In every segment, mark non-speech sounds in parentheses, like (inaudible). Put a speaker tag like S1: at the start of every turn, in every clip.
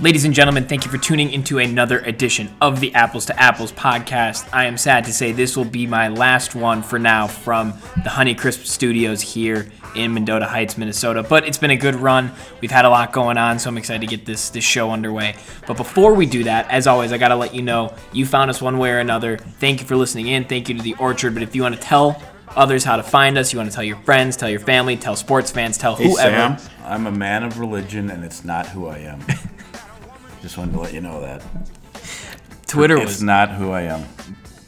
S1: Ladies and gentlemen, thank you for tuning into another edition of the Apples to Apples podcast. I am sad to say this will be my last one for now from the Honeycrisp Studios here in Mendota Heights, Minnesota. But it's been a good run. We've had a lot going on, so I'm excited to get this this show underway. But before we do that, as always, I gotta let you know you found us one way or another. Thank you for listening in. Thank you to the Orchard. But if you want to tell others how to find us, you want to tell your friends, tell your family, tell sports fans, tell
S2: Hey,
S1: whoever.
S2: Sam, I'm a man of religion, and it's not who I am. (laughs) Just wanted to let you know that.
S1: Twitter
S2: It's
S1: was
S2: not who I am.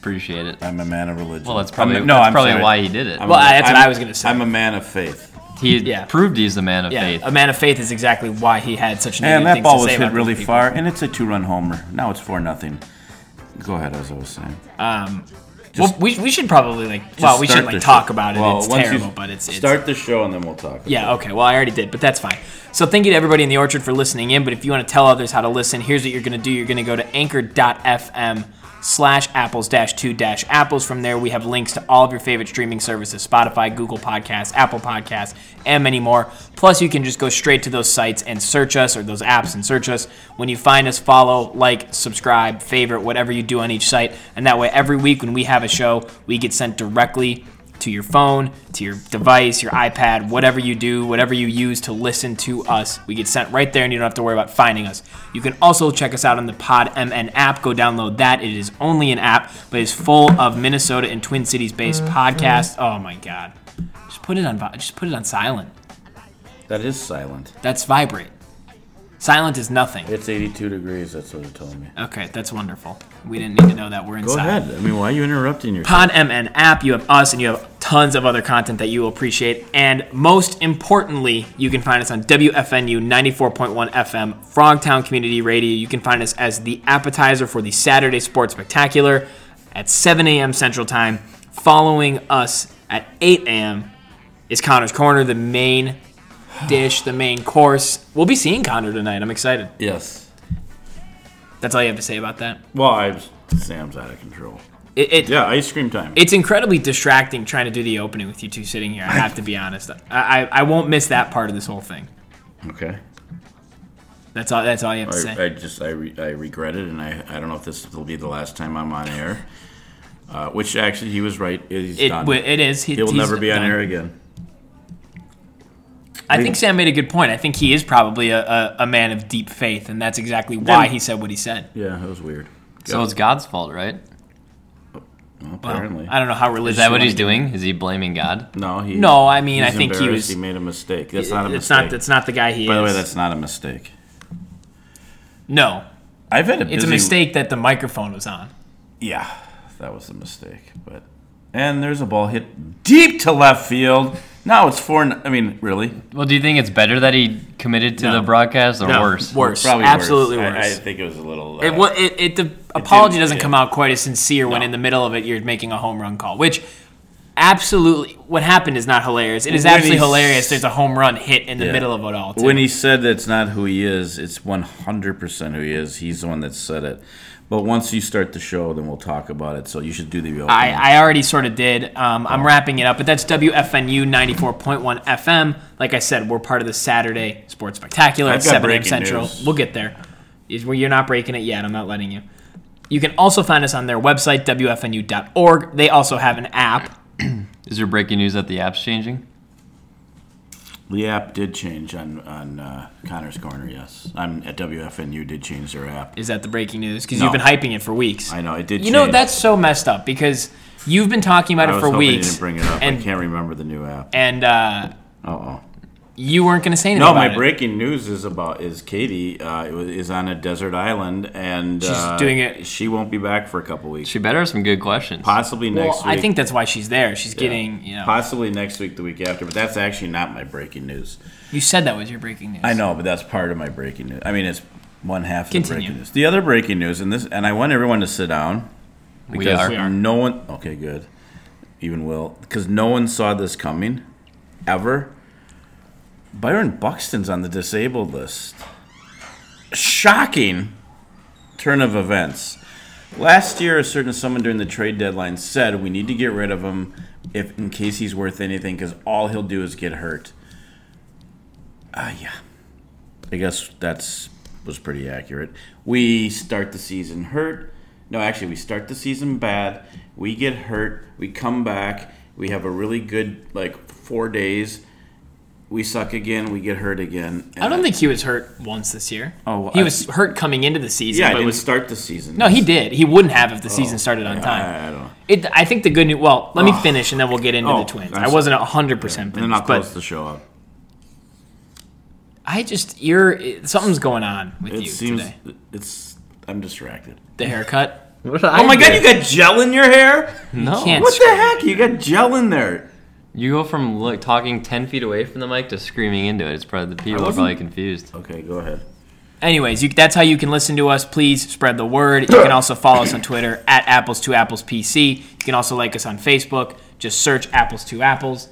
S3: Appreciate it.
S2: I'm a man of religion.
S3: Well, that's probably
S2: I'm, no,
S3: that's
S2: I'm
S3: probably
S2: sorry.
S3: why he did it.
S2: I'm
S1: Well,
S2: a-
S1: that's what
S2: I'm-
S1: I was gonna say.
S2: I'm a man of faith.
S3: he
S1: yeah.
S3: proved he's the man of
S1: Yeah,
S3: faith.
S1: a man of faith is exactly why he had such. negative
S2: And that
S1: things
S2: ball
S1: to
S2: was
S1: say
S2: hit
S1: about
S2: really
S1: those
S2: far, and it's a two-run homer. Now it's four nothing. Go ahead, as I was saying.
S1: people. Well, we, we should probably like. well, we should
S2: should
S1: like talk about it.
S2: Well,
S1: it's
S2: once you
S1: terrible, but it's, it's
S2: start the show and then we'll talk.
S1: Yeah, okay. Well, I already did, but that's fine. So thank you to everybody in the orchard for listening in. But if you want to tell others how to listen, here's what you're going to do. You're going to go to anchor.fm slash apples dash two dash apples. From there, we have links to all of your favorite streaming services Spotify, Google Podcasts, Apple Podcasts, and many more. Plus, you can just go straight to those sites and search us or those apps and search us. When you find us, follow, like, subscribe, favorite, whatever you do on each site. And that way, every week when we have a show, we get sent directly to your phone, to your device, your iPad, whatever you do, whatever you use to listen to us. We get sent right there and you don't have to worry about finding us. You can also check us out on the Pod MN app. Go download that. It is only an app, but it's full of Minnesota and Twin Cities based podcasts. Oh my god. Just put it on vi- just put it on silent.
S2: that is silent.
S1: That's vibrate. Silent is nothing.
S2: It's 82 degrees. That's what it told me.
S1: Okay, that's wonderful. We didn't need to know that we're
S2: Go
S1: inside.
S2: ahead. I mean, why are you interrupting yourself?
S1: Pod MN app, you have us, and you have tons of other content that you will appreciate. And most importantly, you can find us on WFNU 94.1 FM, Frogtown Community Radio. You can find us as the appetizer for the Saturday Sports Spectacular at 7 a.m. Central Time. Following us at 8 a.m. is Connor's Corner, the main dish, the main course. We'll be seeing Connor tonight. I'm excited.
S2: yes.
S1: That's all you have to say about that.
S2: Well, I was, Sam's out of control.
S1: It, it,
S2: Yeah, ice cream time.
S1: It's incredibly distracting trying to do the opening with you two sitting here. I have to be honest. I, I, I won't miss that part of this whole thing.
S2: okay.
S1: That's all. That's all you have to say.
S2: I, I just I, re, I regret it, and I, I don't know if this will be the last time I'm on air. Uh, which actually, he was right. He's
S1: it,
S2: done.
S1: wi- it is. He,
S2: he will
S1: he's
S2: never be on
S1: done.
S2: air again.
S1: I think Sam made a good point. I think he is probably a, a, a man of deep faith, and that's exactly why
S2: Yeah.
S1: he said what he said.
S2: Yeah, that was weird.
S3: So it's God's fault, right?
S1: Well,
S2: Apparently,
S1: I don't know how religious.
S3: Is that
S1: you
S3: what
S1: wanna
S3: he's
S1: get.
S3: doing? Is he blaming God?
S2: no, he.
S1: No, I mean,
S2: he's
S1: I think he was-
S2: embarrassed He made a mistake. That's not a
S1: It's
S2: mistake.
S1: not. That's not the guy he
S2: By
S1: is.
S2: the way, that's not a mistake.
S1: no.
S2: I've had a.
S1: It's a
S2: busy-
S1: mistake that the microphone was on.
S2: Yeah, that was a mistake. But and there's a ball hit deep to left field. Now it's four. n- I mean, really?
S3: Well, do you think it's better that he committed to
S2: No.
S3: the broadcast or
S1: No.
S3: worse?
S1: Wor- Worse. Absolutely
S2: I-
S1: worse.
S2: I, think it was a little. Uh,
S1: It, well, it, it the apology
S2: didn't-
S1: doesn't
S2: it-
S1: come out quite as sincere when
S2: No.
S1: in the middle of it you're making a home run call, which absolutely what happened is not hilarious. It is
S2: When
S1: absolutely
S2: he's-
S1: hilarious. There's a home run hit in the
S2: Yeah.
S1: middle of it all. Too.
S2: When he said that's not who he is, it's 100% who he is. He's the one that said it. But once you start the show, then we'll talk about it. So you should do the real.
S1: I, I already sort of did. Um,
S2: Oh.
S1: I'm wrapping it up, but that's WFNU 94.1 FM. Like I said, we're part of the Saturday Sports Spectacular at
S2: I've got
S1: 7 a.m.
S2: breaking
S1: Central.
S2: news.
S1: We'll get there. Is- well, You're not breaking it yet. I'm not letting you. You can also find us on their website, WFNU.org. They also have an app.
S3: Is there breaking news that the app's changing?
S2: the app did change on on uh, Connor's Corner. Yes, I'm at WFNU. Did change their app.
S1: Is that the breaking news? Because
S2: No.
S1: you've been hyping it for weeks.
S2: I know it did.
S1: You know
S2: change.
S1: that's so messed up because you've been talking about
S2: I
S1: it
S2: was
S1: for
S2: hoping you
S1: weeks,
S2: didn't bring it up. I
S1: and
S2: can't remember the new app.
S1: and uh,
S2: Uh oh.
S1: you weren't going to say anything.
S2: No,
S1: about
S2: my
S1: it.
S2: breaking news is about is Katie uh, is on a desert island and
S1: She's
S2: uh,
S1: doing it-
S2: She won't be back for a couple weeks.
S3: She better have some good questions.
S2: Possibly
S1: Well,
S2: next week.
S1: I think that's why she's there. She's getting you know.
S2: Possibly next week, the week after, but that's actually not my breaking news.
S1: You said that was your breaking news.
S2: I know, but that's part of my breaking news. I mean, it's one half of the
S1: Continue.
S2: breaking news. The other breaking news, and this, and I want everyone to sit down
S3: we are.
S1: We are.
S2: no one. Okay, good. Even Will, because no one saw this coming, ever. Byron Buxton's on the disabled list. Shocking turn of events. Last year, a certain someone during the trade deadline said we need to get rid of him if in case he's worth anything because all he'll do is get hurt. Ah, yeah. I guess that's was pretty accurate. We start the season hurt. No, actually, we start the season bad. We get hurt. We come back. We have a really good like four days. We suck again. We get hurt again.
S1: I don't think he was hurt once this year.
S2: Oh, well,
S1: he
S2: I-
S1: was hurt coming into the season.
S2: Yeah, I
S1: but
S2: didn't
S1: was
S2: start the season.
S1: no, he did. He wouldn't have if the season started on
S2: yeah,
S1: time.
S2: I- I don't know.
S1: It, I think the good news. Well, let me
S2: Ugh.
S1: finish and then we'll get into the
S2: Oh,
S1: Twins.
S2: I'm
S1: I wasn't hundred percent
S2: They're
S1: finished,
S2: not
S1: but
S2: close to show up.
S1: I just you're it- something's going on with
S2: It
S1: you
S2: seems
S1: today.
S2: it's. I'm distracted.
S1: The haircut.
S3: What did I
S2: Oh my god,
S3: do?
S2: you got gel in your hair?
S3: no.
S1: can't-
S2: What the heck? You got gel in there.
S3: You go from like talking ten feet away from the mic to screaming into it. It's probably the people are probably confused.
S2: Okay, go ahead.
S1: Anyways, you, that's how you can listen to us. Please spread the word. You can also follow us on
S2: (coughs)
S1: Twitter at Apples to Apples PC. You can also like us on Facebook. Just search Apples to Apples.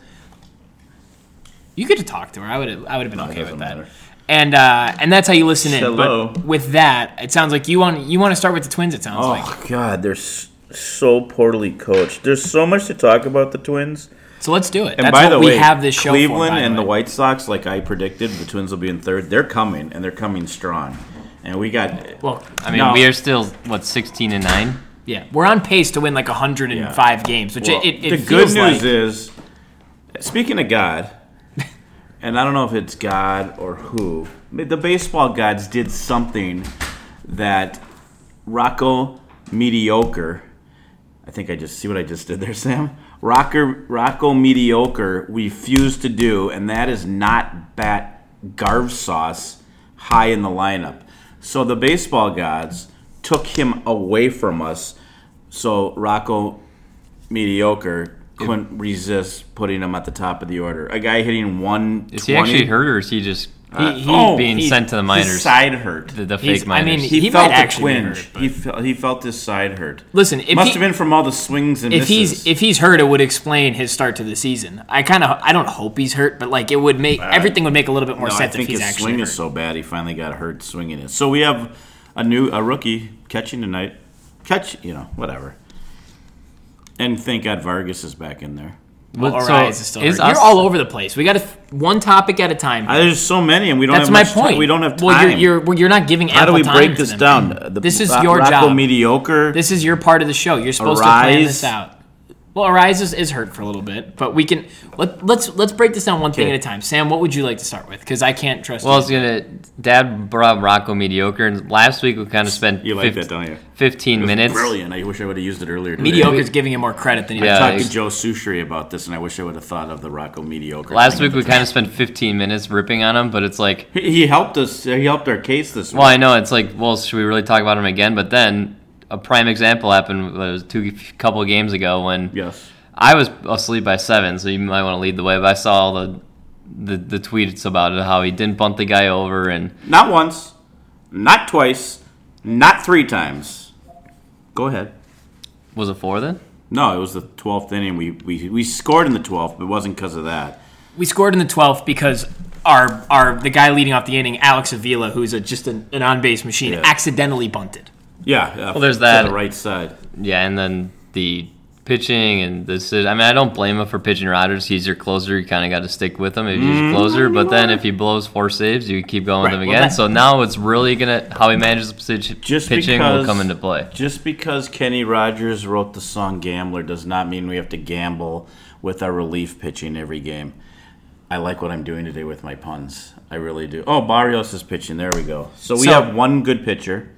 S1: You get to talk to her. I would I would have been okay with
S2: doesn't
S1: that.
S2: matter.
S1: And uh, and that's how you listen in.
S2: Hello.
S1: But with that, it sounds like you want you want to start with the twins. It sounds like.
S2: Oh god, they're s- so poorly coached. There's so much to talk about the Twins.
S1: So let's do it.
S2: And
S1: that's
S2: by
S1: what
S2: the
S1: we
S2: way,
S1: have this show
S2: Cleveland
S1: for, by
S2: and the
S1: way.
S2: White Sox, like I predicted, the Twins will be in third. They're coming, and they're coming strong. And we got
S1: Well,
S3: I mean,
S2: No.
S3: we are still what sixteen and nine.
S1: yeah, we're on pace to win like 105 games, which
S2: Well,
S1: it, it, it
S2: the
S1: feels
S2: good
S1: like.
S2: news is, speaking of God, and I don't know if it's God or who, but the baseball gods did something that Rocco mediocre. I think I just see what I just did there, Sam. Rocker Rocco mediocre refused to do, and that is not bat Garv sauce high in the lineup. So the baseball gods took him away from us. So Rocco mediocre couldn't resist putting him at the top of the order. A guy hitting one. Oh,
S3: Is he actually hurt or is he just
S1: He- he-
S3: being
S1: he-
S3: sent to the
S2: His
S3: minors?
S2: side hurt.
S3: The, the
S1: He's-
S3: fake
S1: I
S3: minors.
S1: mean,
S2: he,
S1: He
S2: felt
S1: might
S2: a
S1: actually be
S2: twinge.
S1: hurt, but-
S2: he felt he felt his side hurt.
S1: Listen, if
S2: Must
S1: he-
S2: have been from all the swings and
S1: if
S2: misses.
S1: he's if he's hurt, it would explain his start to the season. I kind of I don't hope he's hurt, but like it would make everything would make a little bit more
S2: No, I
S1: sense
S2: think
S1: if he's
S2: his
S1: actually
S2: swing
S1: hurt.
S2: is so bad he finally got hurt swinging it. So we have a new a rookie catching tonight. Catch, you know, whatever. And thank God Vargas is back in there.
S1: well,
S3: Well, so
S1: Arias is still
S3: is
S1: hurt.
S3: us-
S1: You're all over the place. We got to one topic at a time.
S2: I, there's so many, and we don't.
S1: That's
S2: have
S1: my
S2: much time.
S1: point.
S2: We don't have time.
S1: Well, you're you're, well, you're not giving.
S2: How
S1: ample
S2: do we
S1: time
S2: break
S1: to
S2: this
S1: them.
S2: down? The,
S1: This is
S2: Ro-
S1: your
S2: Rocco
S1: job.
S2: Mediocre.
S1: This is your part of the show. You're supposed to plan
S2: Arise.
S1: this out. Well, Arise is, is hurt for a little bit, but we can let, let's let's break this down one thing
S2: Okay.
S1: at a time. Sam, what would you like to start with? Because I can't trust.
S3: well, I
S1: you.
S3: was gonna. Dad brought Rocco mediocre, and last week we kind of spent
S2: you like
S3: 15,
S2: that, don't you?
S3: fifteen minutes.
S2: Brilliant. I wish I would have used it earlier. Today.
S1: mediocre is giving him more credit than he
S3: Yeah,
S2: I talked to
S3: it's-
S2: Joe Sushri about this, and I wish I would have thought of the Rocco mediocre.
S3: Last
S2: thing
S3: week
S2: at
S3: we
S2: the time.
S3: kind of spent fifteen minutes ripping on him, but it's like,
S2: He he helped us. He helped our case this week.
S3: well, I know it's like, well, should we really talk about him again? But then a prime example happened well, it was two couple games ago when
S2: yes.
S3: I was asleep by seven, so you might want to lead the way. But I saw all the the, the tweets about it, how he didn't bunt the guy over, and
S2: Not once, not twice, not three times. Go ahead.
S3: was it four then?
S2: No, it was the twelfth inning. We we, we scored in the twelfth, but it wasn't because of that.
S1: We scored in the 12th because our our the guy leading off the inning, Alex Avila, who's a, just an, an on base machine,
S2: Yeah.
S1: accidentally bunted.
S2: Yeah. yeah,
S3: Well, there's
S2: to
S3: that.
S2: the right side.
S3: Yeah, and then the pitching and this is. I mean, I don't blame him for pitching Rodgers. He's your closer. You kind of got to stick with him if he's
S2: Mm-hmm.
S3: your closer. But then if he blows four saves, you keep going with
S1: Right, well,
S3: him again.
S1: that-
S3: so now it's really gonna how he manages the pitch,
S2: Just
S3: pitching
S2: because-
S3: will come into play.
S2: Just because Kenny Rogers wrote the song "Gambler" does not mean we have to gamble with our relief pitching every game. I like what I'm doing today with my puns. I really do. Oh, Barrios is pitching. There we go. So we
S1: So-
S2: have one good pitcher.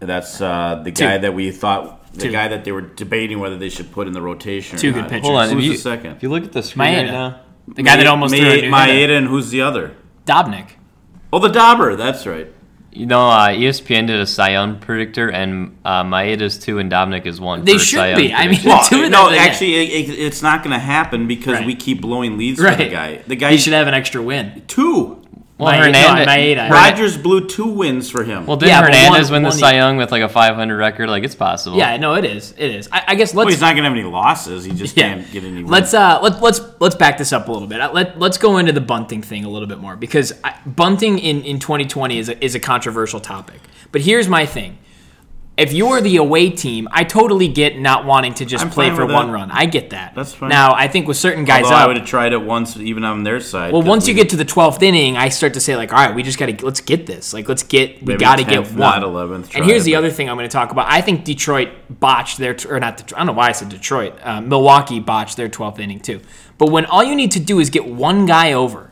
S2: That's uh, the guy that we thought the
S1: Two.
S2: guy that they were debating whether they should put in the rotation.
S1: Two
S2: or
S1: good
S2: not.
S1: pitchers.
S3: Hold on,
S2: Who's
S3: if you,
S2: the second?
S3: If you look at the screen
S1: Maeda.
S3: right now,
S1: The guy that almost threw a new hitter.
S2: Maeda and who's the other?
S1: Dobnik.
S2: Oh, the Dauber. That's right.
S3: you know uh, ESPN did a Cy Young predictor, and uh, Maeda's two and Dominic is one.
S1: They
S3: for
S1: should
S3: Cy Young
S1: be. I mean,
S3: prediction.
S1: (laughs)
S2: Well,
S1: Two of them,
S2: no,
S1: yeah.
S2: actually, it, it, it's not going to happen because
S1: Right.
S2: we keep blowing leads for the
S1: Right.
S2: guy. The guy
S1: He should have an extra win.
S2: two.
S3: well,
S1: Maeda- no,
S3: Hernandez.
S1: Maeda.
S2: Rodgers blew two wins for him.
S3: Well, did
S1: Yeah, but
S3: Hernandez
S1: one-
S3: win the
S1: one-
S3: Cy Young with like a 500 record? Like it's possible.
S1: Yeah, no, it is. It is. I, I guess let's
S2: Well, he's not going to have any losses. He just can't get any. Wins.
S1: Let's uh let, let's let's back this up a little bit. Uh, Let let's go into the bunting thing a little bit more because I, bunting in in 2020 is a, is a controversial topic. But here's my thing. if you're the away team, I totally get not wanting to just
S2: I'm
S1: play
S2: fine
S1: for
S2: with
S1: one
S2: that.
S1: run. I get that.
S2: That's fine.
S1: Now, I think with certain guys
S2: Although I
S1: out,
S2: would have tried it once, even on their side.
S1: well,
S2: 'cause
S1: once you
S2: we-
S1: get to the 12th inning, I start to say like, all right, we just got to let's get this. Like, let's get we
S2: Maybe
S1: got to
S2: 10th,
S1: get one.
S2: not 11th
S1: and
S2: try,
S1: here's the
S2: but-
S1: other thing I'm going to talk about. I think Detroit botched their or not. Detroit, I don't know why I said Detroit. Uh, Milwaukee botched their 12th inning too. But when all you need to do is get one guy over,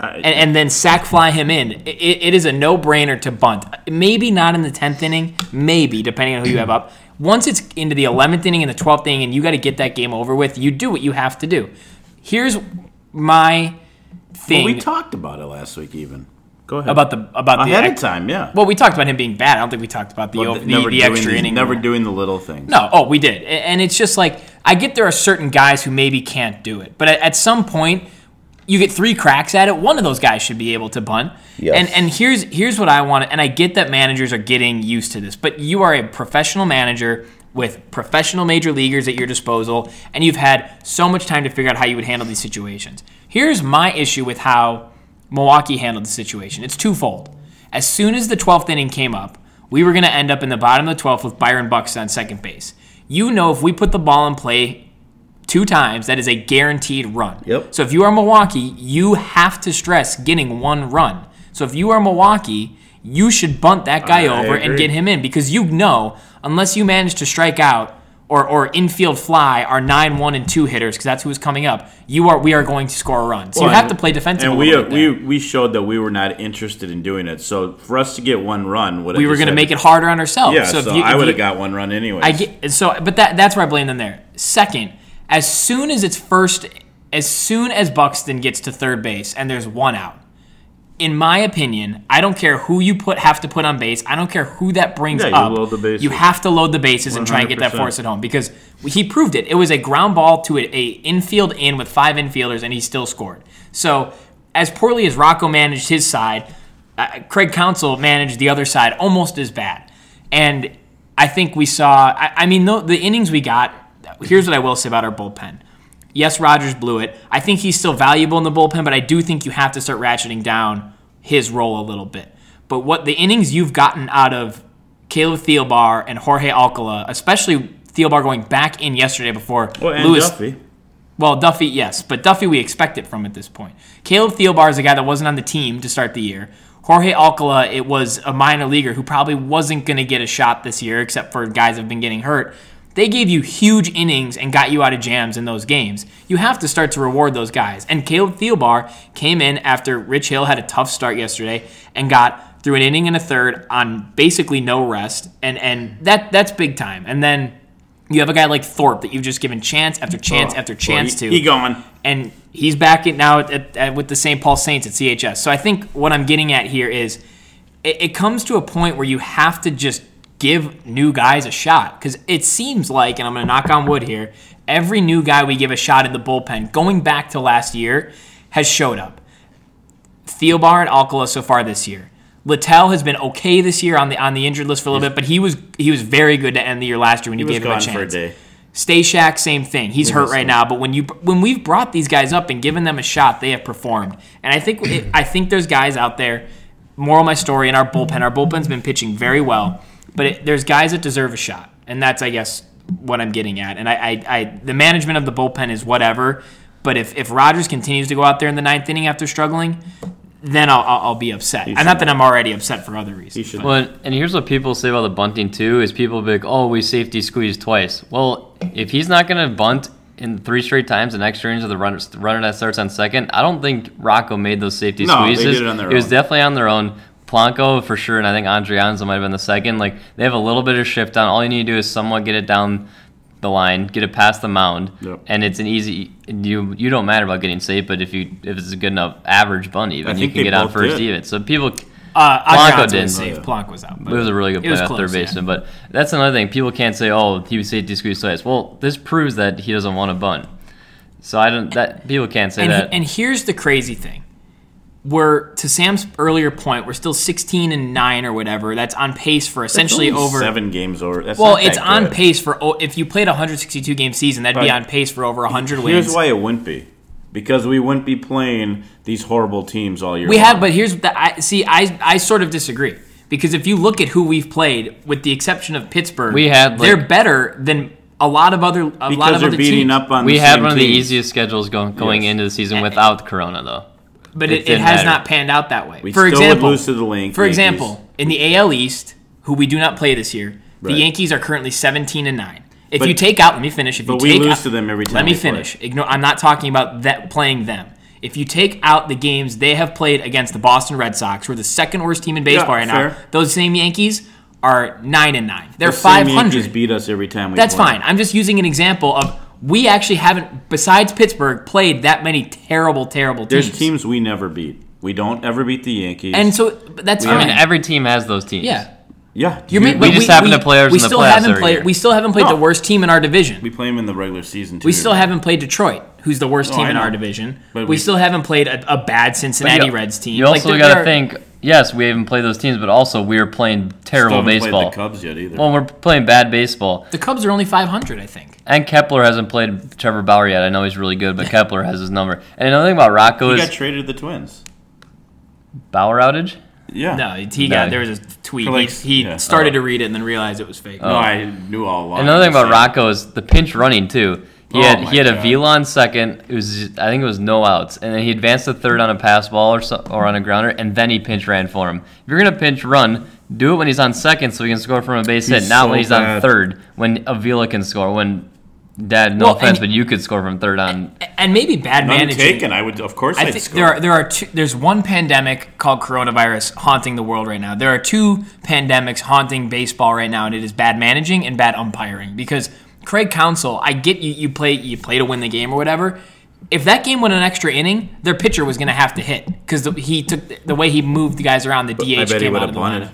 S2: I-
S1: and, and then sack fly him in. It, it is a no brainer to bunt. Maybe not in the 10th inning, maybe, depending on who you have up. Once it's into the 11th inning and the 12th inning, and you got to get that game over with, you do what you have to do. Here's my
S2: Well,
S1: thing
S2: we talked about it last week, even. Go ahead.
S1: about the about the
S2: ahead of
S1: ex-
S2: time, yeah.
S1: Well, we talked about him being bad. I don't think we talked about the
S2: Well,
S1: ov-
S2: th-
S1: the, the
S2: doing
S1: extra
S2: these-
S1: inning.
S2: Never
S1: rule.
S2: doing the little things.
S1: No, oh, we did. A- And it's just like, I get there are certain guys who maybe can't do it. But at, at some point, you get three cracks at it. One of those guys should be able to bunt.
S2: Yes.
S1: And and here's here's what I want. And I get that managers are getting used to this, but you are a professional manager with professional major leaguers at your disposal, and you've had so much time to figure out how you would handle these situations. Here's my issue with how Milwaukee handled the situation. It's twofold. As soon as the 12th inning came up, we were going to end up in the bottom of the 12th with Byron Buxton on second base. You know, if we put the ball in play two times, that is a guaranteed run.
S2: Yep.
S1: So if you are Milwaukee, you have to stress getting one run. So if you are Milwaukee, you should bunt that guy
S2: I
S1: over and
S2: agree.
S1: get him in because you know, unless you manage to strike out or, or infield fly our nine, one, and two hitters, because that's who is coming up, you are we are going to score a run. So you
S2: Well,
S1: have
S2: and-
S1: to play defensive.
S2: And
S1: a
S2: we
S1: little bit
S2: we
S1: there.
S2: we showed that we were not interested in doing it. So for us to get one run, would
S1: we were going to make it harder on ourselves.
S2: Yeah,
S1: so,
S2: so,
S1: if you,
S2: I
S1: if
S2: would
S1: you-
S2: have got one run anyway.
S1: I get so, but that that's where I blame them there. Second, as soon as it's first, as soon as Buxton gets to third base and there's one out, in my opinion, I don't care who you put have to put on base. I don't care who that brings
S2: Yeah, you
S1: up.
S2: load the bases.
S1: You have to load the bases and try and get that
S2: 100%.
S1: force at home because he proved it. It was a ground ball to a, a infield in with five infielders, and he still scored. So, as poorly as Rocco managed his side, uh, Craig Council managed the other side almost as bad. And I think we saw. I, I mean, the, the innings we got. Here's what I will say about our bullpen. Yes, Rogers blew it. I think he's still valuable in the bullpen, but I do think you have to start ratcheting down his role a little bit. But what the innings you've gotten out of Caleb Theobar and Jorge Alcala, especially Theobar going back in yesterday before
S2: well, and
S1: Lewis.
S2: Duffy.
S1: Well, Duffy, yes, but Duffy we expect it from at this point. Caleb Theobar is a guy that wasn't on the team to start the year. Jorge Alcala, it was a minor leaguer who probably wasn't going to get a shot this year, except for guys that have been getting hurt. They gave you huge innings and got you out of jams in those games. You have to start to reward those guys. And Caleb Theobar came in after Rich Hill had a tough start yesterday and got through an inning and a third on basically no rest, and and that that's big time. And then you have a guy like Thorpe that you've just given chance after chance after chance
S2: Oh.
S1: to
S2: Well, He, he gone.
S1: and he's back at now at, at, with the St. Paul Saints at CHS. So I think what I'm getting at here is it, it comes to a point where you have to just give new guys a shot because it seems like, and I'm going to knock on wood here, every new guy we give a shot in the bullpen, going back to last year, has showed up. Theobar and Alcala so far this year. Littell has been okay this year on the on the injured list for a little bit, but he was he was very good to end the year last year when you
S2: He was
S1: gave him a
S2: gone
S1: chance.
S2: for a day.
S1: Stashak, same thing. He's hurt
S2: missed
S1: right
S2: him.
S1: now, but when you when we've brought these guys up and given them a shot, they have performed. And I think it, I think there's guys out there. Moral of my story in our bullpen. Our bullpen's been pitching very well, but it, there's guys that deserve a shot, and that's I guess what I'm getting at. And I, I, I the management of the bullpen is whatever, but if if Rogers continues to go out there in the ninth inning after struggling, then I'll I'll, I'll be upset. And not that I'm already upset for other reasons.
S2: He should.
S3: Well, and- and here's what people say about the bunting too: is people be like, "Oh, we safety squeezed twice." Well, if he's not going to bunt in three straight times and extra innings of the runner, the runner that starts on second, I don't think Rocco made those safety
S2: No, they
S3: squeezes.
S2: did it on their
S3: was
S2: own.
S3: definitely on their own. Planco for sure, and I think Andrianza might have been the second. Like they have a little bit of shift on. All you need to do is somewhat get it down the line, get it past the mound,
S2: Yep.
S3: and it's an easy. You you don't matter about getting safe, but if you if it's a good enough average bunt, even you
S2: think
S3: can
S2: they
S3: get out
S2: both
S3: first
S2: did.
S3: even. So people.
S1: Uh,
S3: Polanco
S1: Adrianza
S3: didn't.
S1: was safe. Plank was out. But
S3: It was a really good
S1: it
S3: play
S1: was
S3: at
S1: close,
S3: third
S1: yeah.
S3: baseman, but that's another thing. People can't say, "Oh, he was safety squeeze twice." Well, this proves that he doesn't want to bunt. So I don't. That people can't say
S1: and,
S3: that.
S1: and here's the crazy thing. We're to Sam's earlier point, we're still 16 and 9 or whatever. That's on pace for essentially
S2: Only
S1: over
S2: seven games over. That's
S1: Well,
S2: not that
S1: it's on
S2: good.
S1: pace for oh, if you played a 162 game season, that'd be
S2: Right.
S1: on pace for over 100 wins.
S2: Here's why it wouldn't be, because we wouldn't be playing these horrible teams all year.
S1: we
S2: long.
S1: have but here's the I see I I sort of disagree Because if you look at who we've played, with the exception of Pittsburgh,
S3: We had, like-
S1: they're better than a lot of other a lot
S2: because
S1: of
S2: they're
S1: other
S2: beating
S1: teams.
S2: up on.
S3: We
S2: the
S3: had
S2: same
S3: one of the
S2: teams.
S3: easiest schedules going going
S2: Yes.
S3: into the season without Corona, though.
S1: but
S3: It
S1: it, it
S3: didn't
S1: has
S3: matter.
S1: not panned out that way.
S2: We
S1: for
S2: still would
S1: example,
S2: lose to the Link-
S1: for
S2: Yankees.
S1: example, in the AL East, who we do not play this year,
S2: Right.
S1: the Yankees are currently 17 and 9. If
S2: But-
S1: you take out, let me finish. If you
S2: but we
S1: take
S2: lose
S1: out,
S2: to them every time
S1: Let me
S2: we play.
S1: finish. Ignore. I'm not talking about that playing them. If you take out the games they have played against the Boston Red Sox, who are the second worst team in baseball right now,
S2: fair.
S1: those same Yankees are nine and nine. They're
S2: The same
S1: five
S2: Yankees
S1: hundred.
S2: beat us every time we.
S1: That's
S2: play.
S1: fine. I'm just using an example of we actually haven't, besides Pittsburgh, played that many terrible, terrible teams.
S2: There's teams we never beat. We don't ever beat the Yankees.
S1: and so but that's
S3: I
S1: fine.
S3: mean, every team has those teams.
S1: yeah,
S2: yeah,
S1: You're ma-
S2: we,
S1: but
S3: just happen to play ours
S1: we
S3: in the
S1: still
S3: playoffs
S1: haven't
S3: every
S1: played.
S3: year.
S1: We still haven't played
S2: No.
S1: the worst team in our division.
S2: we play them in the regular season too.
S1: We still haven't played Detroit, who's the worst team
S2: Oh, I
S1: in our
S2: know.
S1: division.
S2: But
S1: we
S2: we-
S1: still haven't played a, a bad Cincinnati Reds team.
S3: You
S1: Like,
S3: also
S1: there-
S3: got
S1: there
S3: to
S1: are-
S3: think. Yes, we haven't played those teams, but also we were playing
S2: Still
S3: terrible
S2: haven't
S3: baseball.
S2: Played the Cubs yet either.
S3: Well, we're playing bad baseball,
S1: The Cubs are only 500, I think.
S3: and Kepler hasn't played Trevor Bauer yet. I know he's really good, but Kepler has his number. And another thing about Rocco
S2: we
S3: is
S2: got traded to the Twins.
S3: Bauer outage.
S2: Yeah.
S1: No, he got
S3: No.
S1: there was a tweet.
S2: For like-
S1: he he
S2: yeah. Oh.
S1: started to read it and then realized it was fake.
S2: No,
S3: Oh.
S2: I knew all along.
S3: Another thing about
S2: Rock.
S3: Rocco is the pinch running too. He
S2: Oh
S3: had
S2: my
S3: he had a
S2: God.
S3: Velon second. It was I think it was no outs, and then he advanced to third on a pass ball or so, or on a grounder, and then he pinch ran for him. If you're gonna pinch run, do it when he's on second, so he can score from a base
S2: He's
S3: hit. Not when
S2: so
S3: he's on
S2: bad.
S3: third, when Avila can score. When Dad, no
S1: Well,
S3: offense,
S1: and-
S3: but you could score from third on.
S1: A- And maybe bad
S2: None
S1: management.
S2: taken. I would, of course,
S1: I
S2: I'd
S1: think
S2: score.
S1: there are there are two, there's one pandemic called coronavirus haunting the world right now. There are two pandemics haunting baseball right now, and it is bad managing and bad umpiring. Because Craig Counsell, I get you you play you play to win the game or whatever. If that game went an extra inning, their pitcher was going to have to hit because he took the, the way he moved the guys around. The DH
S2: I bet he
S1: came
S2: would
S1: out of
S2: have
S1: the
S2: won
S1: lineup.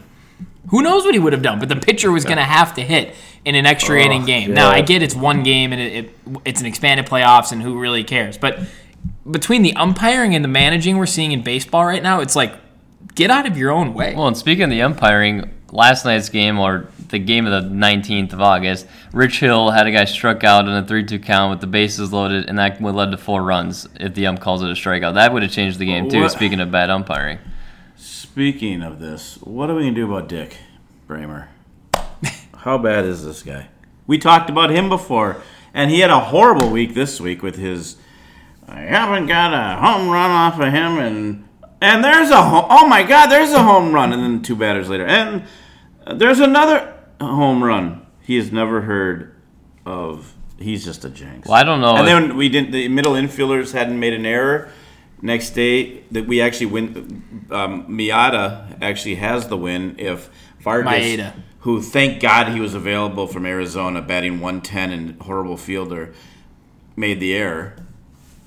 S1: Who knows what he would have done? But the pitcher was going to have to hit in an extra inning game. Now I get it's one game and it, it it's an expanded playoffs, and who really cares? But between the umpiring and the managing we're seeing in baseball right now, it's like get out of your own way.
S3: Well, and speaking of the umpiring, last night's game or the game of the 19th of August, Rich Hill had a guy struck out in a 3 2 count with the bases loaded, and that would led to four runs if the ump calls it a strikeout. That would have changed the game, too,
S2: What-
S3: speaking of bad umpiring.
S2: Speaking of this, what are we gonna do about Dick
S3: (laughs)
S2: Bramer? How bad is this guy? We talked about him before, and he had a horrible week this week with his. I haven't got a home run off of him, and and there's a home. Oh my God, there's a home run, and then two batters later, and there's another home run. He has never heard of. He's just a jinx.
S3: Well, I don't know.
S2: And
S3: if-
S2: then we didn't. The middle infielders hadn't made an error. Next day, that we actually win. Um, Miata actually has the win if Vargas,
S1: Maeda.
S2: who thank God he was available from Arizona, batting 110 and horrible fielder, made the error.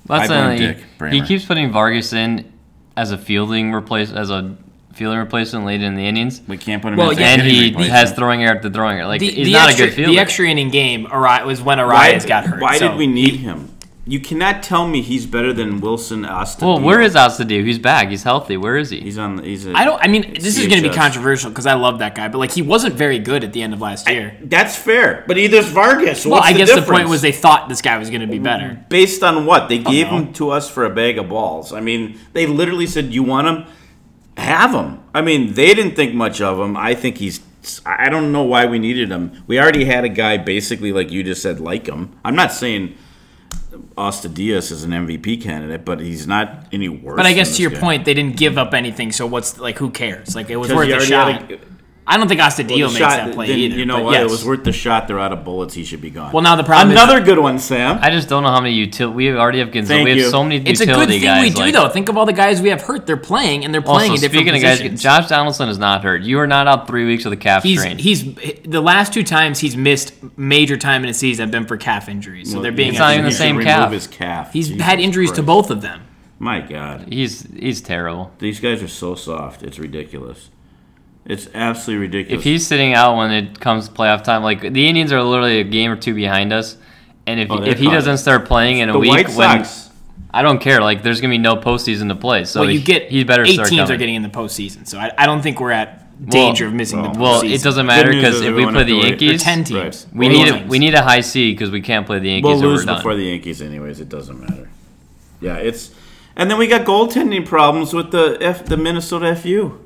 S3: That's
S2: I blame
S3: the thing,
S2: Dick
S3: he, he
S2: Bramer.
S3: keeps putting Vargas in as a fielding replace as a fielding replacement late in the innings,
S2: We can't put him
S1: Well,
S2: in. as a
S1: yeah,
S3: and
S2: hitting
S3: he
S2: replacement.
S3: has throwing error after throwing error. Like
S1: The,
S3: he's
S1: the
S3: not
S1: extra,
S3: a good fielder.
S1: The extra inning game Ari- was when
S2: Why-
S1: Arias got hurt.
S2: Why
S1: so-
S2: did we need him? You cannot tell me he's better than Wilson Austin.
S3: well, where is Asadou? He's back. He's healthy. Where is he?
S2: he's on? the- He's a,
S1: I don't. I mean, this is going to be
S2: CHS.
S1: controversial because I love that guy, but like he wasn't very good at the end of last year.
S2: That's fair, but either's Vargas.
S1: well,
S2: What's
S1: I
S2: the
S1: guess the point
S2: difference? Mm-hmm.
S1: was they thought this guy was going to be better.
S2: based on what they gave
S1: know.
S2: him to us for a bag of balls. I mean, they literally said, "You want him? Have him." I mean, they didn't think much of him. I think he's. I don't know why we needed him. We already had a guy basically like you just said, like him. I'm not saying Austin Diaz is an MVP candidate, but he's not any worse.
S1: But I
S2: than
S1: guess
S2: this
S1: to your
S2: guy.
S1: point, they didn't give up anything. So what's like, who cares? Like it was
S2: 'Cause
S1: worth
S2: he
S1: a
S2: already
S1: shot.
S2: had
S1: I
S2: a-
S1: I don't think Astadio
S2: well,
S1: makes
S2: the shot,
S1: that play
S2: then
S1: either.
S2: You know
S1: but
S2: what?
S1: Yes.
S2: It was worth the shot. They're out of bullets. He should be gone.
S1: Well, now the problem is-
S2: another good one, Sam.
S3: I just don't know how many utility we already have. Gonzalez.
S2: Thank
S3: We have
S2: you.
S3: so many
S1: It's a good
S3: utility
S1: thing
S3: guys.
S1: we do
S3: like-
S1: though. Think of all the guys we have hurt. They're playing and they're playing
S3: Also,
S1: in different
S3: speaking of guys,
S1: positions.
S3: Josh Donaldson is not hurt. You are not out three weeks with a calf
S1: He's,
S3: strain.
S1: he's the last two times he's missed major time in a season have been for calf injuries. So
S2: Well,
S1: they're being
S2: he
S3: It's not
S2: should-
S3: even the
S2: he should
S3: same
S2: remove
S3: calf.
S2: His calf.
S1: He's
S2: Jesus
S1: had injuries to
S2: Christ.
S1: both of them.
S2: My God.
S3: he's he's terrible.
S2: These guys are so soft. It's ridiculous. It's absolutely ridiculous.
S3: If he's sitting out when it comes playoff time, like the Indians are literally a game or two behind us, and if
S2: Oh, they're
S3: if he
S2: caught.
S3: doesn't start playing in a
S2: the
S3: week,
S2: White
S3: when
S2: Sox,
S3: I don't care, like there's gonna be no postseason to play. So
S1: Well, you
S3: he-
S1: get
S3: he better
S1: eight
S3: start
S1: teams are
S3: coming.
S1: getting in the postseason. So I, I don't think we're at danger of missing the postseason.
S3: Well, it doesn't matter
S2: Good news
S3: because
S2: is
S3: if
S2: we
S3: we
S2: won't
S3: play
S2: have
S3: the
S2: to wait.
S3: Yankees,
S1: ten teams.
S2: Right.
S3: we
S1: We're
S3: need a,
S1: losing.
S3: we need a high C because we can't play the Yankees.
S2: we'll
S3: or we're
S2: lose
S3: done.
S2: before the Yankees, anyways. It doesn't matter. Yeah, it's. And then we got goaltending problems with the F, the Minnesota FU.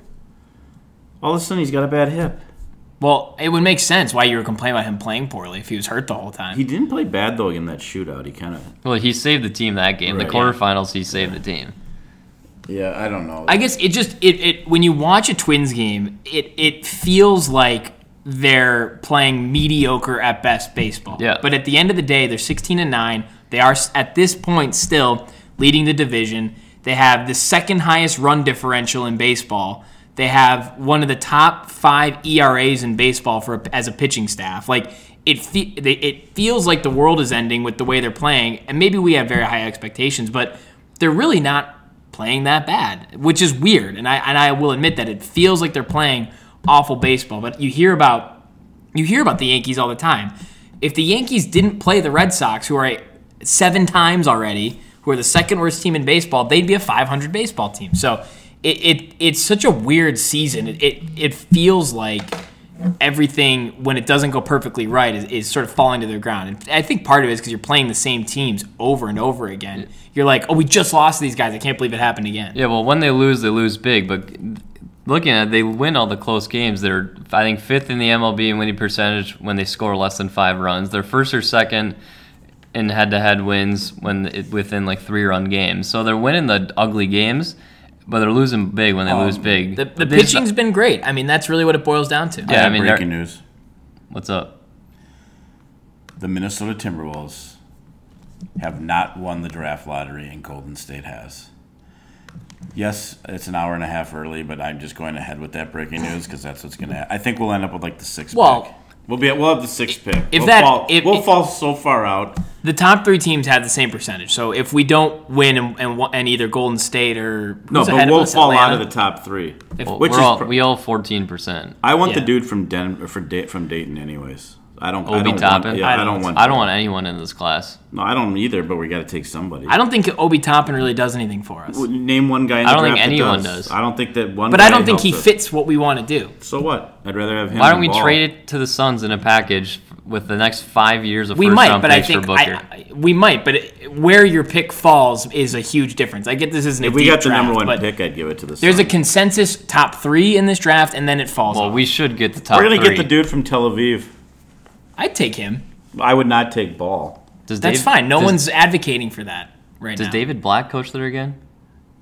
S2: All of a sudden, he's got a bad hip.
S1: Well, it would make sense why you were complaining about him playing poorly if he was hurt the whole time.
S2: He didn't play bad though in that shootout. He kind of.
S3: Well, he saved the team that game.
S2: Right.
S3: the quarterfinals, he saved the team.
S2: Yeah, I don't know.
S1: I guess it just it, it when you watch a Twins game, it it feels like they're playing mediocre at best baseball.
S3: Yeah.
S1: But at the end of the day, they're 16 and 9. They are s- at this point still leading the division. They have the second highest run differential in baseball. They have one of the top 5 ERAs in baseball for a, as a pitching staff. Like it fe- they, it feels like the world is ending with the way they're playing, and maybe we have very high expectations, but they're really not playing that bad, which is weird. And I and I will admit that it feels like they're playing awful baseball. But you hear about you hear about the Yankees all the time. If the Yankees didn't play the Red Sox, who are a, seven times already, who are the second worst team in baseball, they'd be a 500 baseball team. So it, it it's such a weird season. It it, it feels like. Everything when it doesn't go perfectly right is, is sort of falling to the ground. And I think part of it is because you're playing the same teams over and over again. You're like, oh, we just lost to these guys. I can't believe it happened again.
S3: Yeah, well, when they lose, they lose big. But looking at it, they win all the close games. They're, I think, fifth in the MLB in winning percentage when they score less than five runs. They're first or second in head-to-head wins when it, within like three-run games. So they're winning the ugly games, but they're losing big when they
S2: Um,
S3: lose big.
S1: The, the
S3: But they just-
S1: pitching's been great. I mean, that's really what it boils down to.
S3: Yeah, I
S2: Have
S3: mean,
S2: breaking
S3: they're-
S2: news:
S3: what's up?
S2: the Minnesota Timberwolves have not won the draft lottery, and Golden State has. Yes, it's an hour and a half early, but I'm just going ahead with that breaking news because that's what's going to. happen. I think we'll end up with like the sixth
S1: Well-
S2: pick. We'll be. We'll have the sixth pick.
S1: If
S2: we'll
S1: that-
S2: fall,
S1: if-
S2: we'll
S1: if-
S2: fall so far out.
S1: The top three teams had the same percentage. So if we don't win and, and, one- and either Golden State or
S2: No,
S1: who's
S2: but
S1: ahead of
S2: we'll
S1: us?
S2: fall out
S1: Atlanta?
S2: of the top three.
S3: Well,
S2: which
S3: we're
S2: is
S3: all,
S2: pro-
S3: we all 14%.
S2: I want the
S1: Yeah.
S2: dude from Denver for da- from Dayton, anyways. I don't. I
S3: Obi
S2: don't
S3: Toppin.
S2: Want, yeah, I don't want.
S3: I don't want anyone in this class.
S2: No, I don't either. But we got to take somebody.
S1: I don't think Obi Toppin really does anything for us.
S2: Name one guy. In
S3: I
S2: the
S3: don't think
S2: draft that
S3: anyone does.
S2: I don't think that one.
S1: But I
S2: guy
S1: don't think
S2: helps
S1: he
S2: us.
S1: fits what we want to do.
S2: So what? I'd rather have him.
S3: Why
S2: than
S3: don't we
S2: Ball.
S3: trade it to the Suns in a package with the next five years of
S1: We
S3: first
S1: might,
S3: round
S1: but I
S3: picks
S1: think
S3: for Booker?
S1: I, I- we might, but it, where your pick falls is a huge difference. I get this isn't a
S2: If we
S1: deep
S2: got the
S1: draft,
S2: number one
S1: but
S2: pick, I'd give it to the.
S1: There's a
S2: Suns.
S1: consensus top three in this draft, and then it falls.
S3: well,
S1: off.
S3: we should get the top.
S2: We're gonna
S3: three.
S2: get the dude from Tel Aviv.
S1: I'd take him.
S2: I would not take Ball.
S3: Does
S1: That's
S3: Dave-
S1: fine. No
S3: does-
S1: one's advocating for that right
S3: Does
S1: now.
S3: David Black coach there again?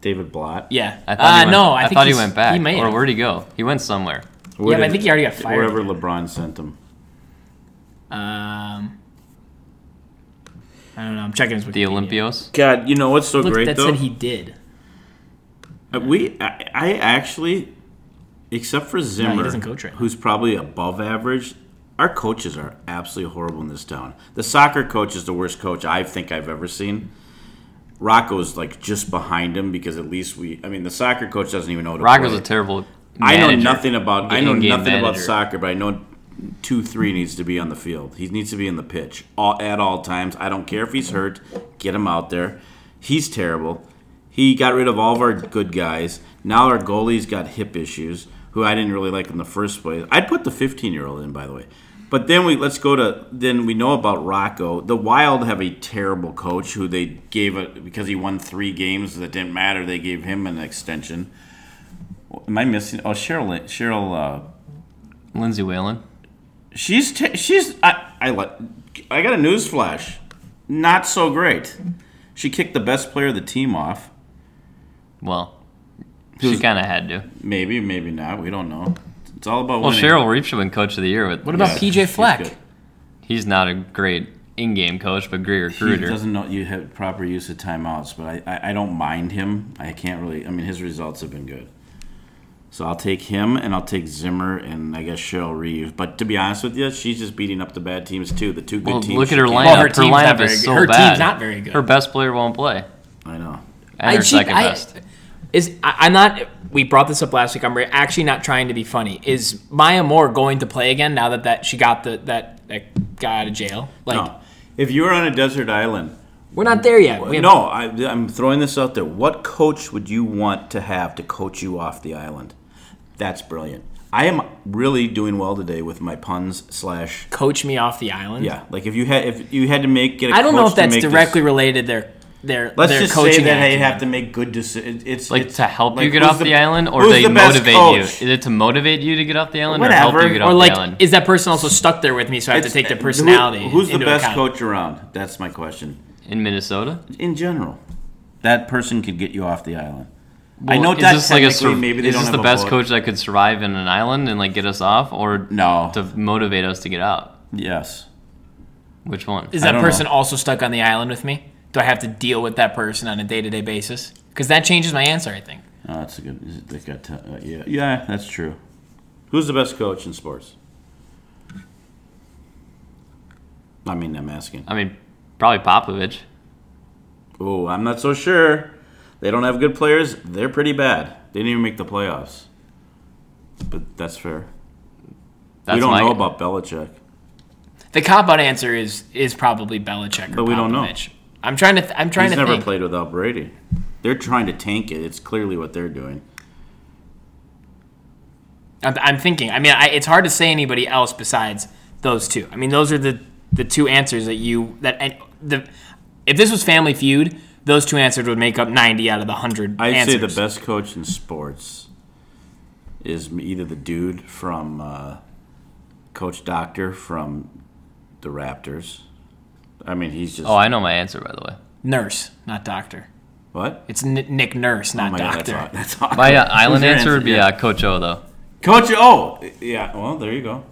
S2: David Blatt.
S1: Yeah.
S3: I thought he
S1: uh,
S3: went,
S1: no, I, think
S3: thought he
S1: he's-
S3: went back.
S1: He may.
S3: Or
S1: have.
S3: where'd he go? He went somewhere.
S1: Yeah, but I think he already got fired.
S2: Wherever LeBron sent him.
S1: Um, I don't know. I'm checking his Wikipedia.
S3: The Olympios.
S2: God, you know what's so
S1: Look,
S2: great
S1: that
S2: though?
S1: said he did.
S2: Uh, We, I, I actually, except for Zimmer,
S1: doesn't coach right now.
S2: who's probably above average, our coaches are absolutely horrible in this town. The soccer coach is the worst coach I think I've ever seen. Rocco's like just behind him because at least we. I mean, the soccer coach doesn't even know. What to
S3: Rocco's
S2: play.
S3: a terrible.
S2: I know
S3: manager.
S2: nothing about. I know
S3: in-game
S2: nothing about
S3: manager.
S2: soccer, but I know two three needs to be on the field. He needs to be in the pitch all, at all times. I don't care if he's hurt. Get him out there. He's terrible. He got rid of all of our good guys. Now our goalie's got hip issues, who I didn't really like in the first place. I'd put the 15 year old in, by the way. But then we let's go to then we know about Rocco. The Wild have a terrible coach who they gave a because he won three games that didn't matter. They gave him an extension. Am I missing? Oh, Cheryl. Cheryl. Uh,
S3: Lindsey Whalen.
S2: she's t- she's. I I li- I got a news flash. Not so great. She kicked the best player of the team off.
S3: Well,
S2: Who's-
S3: she kind of had to.
S2: Maybe, maybe not. We don't know. It's all about
S3: Well,
S2: winning.
S3: Cheryl Reeve should win coach of the year. With
S1: What about
S2: she's-
S1: PJ
S2: she's
S1: Fleck?
S2: good.
S3: he's not a great in-game coach, but great
S2: He
S3: recruiter.
S2: doesn't know you have proper use of timeouts, but I, I, I don't mind him. I can't really. I mean, his results have been good. So I'll take him, and I'll take Zimmer, and I guess Cheryl Reeve. But to be honest with you, she's just beating up the bad teams too. The two good
S3: Well,
S2: teams.
S3: look
S2: she
S3: at her
S2: can't-
S3: lineup.
S1: Well, her
S3: her
S1: team's not
S3: lineup
S1: very
S3: is
S1: good.
S3: so
S1: Her team's
S3: bad.
S1: not very good.
S3: Her best player won't play,
S2: I know.
S3: and
S1: I-
S3: her
S1: she-
S3: second
S1: I-
S3: best.
S1: Is I, I'm not. We brought this up last week. I'm re- actually not trying to be funny. Is Maya Moore going to play again now that, that she got the that, that guy out of jail? Like
S2: No. If you were on a desert island,
S1: we're not there
S3: Oh,
S1: yet. We have-
S2: no, I, I'm throwing this out there. What coach would you want to have to coach you off the island? That's brilliant. I am really doing well today with my puns slash.
S1: coach me off the island.
S2: Yeah, like if you had if you had to make get. a
S1: I don't know
S2: coach
S1: if
S2: to
S1: that's
S2: make this-
S1: directly related to their their
S2: Let's
S1: their
S2: just
S1: coaching
S2: say that they
S1: acumen.
S2: have to make good decisions. It's
S3: Like
S2: it's,
S3: to help you
S2: like,
S3: get
S2: who's
S3: off the, island, or
S2: who's
S3: they
S2: the best
S3: motivate you?
S2: coach?
S3: Is it to motivate you to get off the island, or help
S2: Whatever.
S3: you get
S2: Or
S3: off
S1: or
S3: the island?
S1: like is that person also stuck there with me so i have to
S2: It's-
S1: take their
S2: who-
S1: personality
S2: who's the
S1: into
S2: best
S1: account?
S2: coach around? That's my question.
S3: in Minnesota?
S2: In general, that person could get you off the island. I
S3: Well,
S2: know
S3: is
S2: that
S3: this like a
S2: technically
S3: sur-
S2: maybe they
S3: is
S2: don't
S3: this
S2: have
S3: the
S2: a
S3: best
S2: vote.
S3: coach that could survive in an island and like get us off, or
S2: No.
S3: to motivate us to get out?
S2: yes.
S3: Which one?
S1: is
S2: I
S1: that
S2: don't
S1: person
S2: know.
S1: also stuck on the island with me do i have to deal with that person on a day-to-day basis because that changes my answer i think
S2: Oh, that's a good. is it- They got t- uh, yeah. Yeah, that's true. Who's the best coach in sports? I mean, I'm asking.
S3: I mean, probably Popovich.
S2: Oh, I'm not so sure. They don't have good players. They're pretty bad. They didn't even make the playoffs. But that's fair.
S3: That's
S2: we don't
S3: my-
S2: know about Belichick.
S1: the cop-out answer is is probably Belichick or
S2: But we don't know.
S1: Popovich. i'm trying to th- i'm trying
S2: He's
S1: to
S2: never
S1: think.
S2: played without Brady. They're trying to tank it. It's clearly what they're doing.
S1: I'm, I'm thinking. I mean, I, it's hard to say anybody else besides those two. I mean, those are the the two answers that you that and the if this was Family Feud, those two answers would make up ninety out of the hundred.
S2: I'd
S1: answers.
S2: say the best coach in sports is either the dude from uh, Coach Doctor from the Raptors. I mean, he's just
S3: Oh, I know my answer by the way.
S1: nurse, not doctor.
S2: what?
S1: It's N- Nick Nurse, not
S2: Oh my
S1: doctor.
S2: god, that's aw- that's awesome.
S3: My uh, island answer, would be uh, Coach O though.
S2: Coach. Oh, yeah. Well, there you go.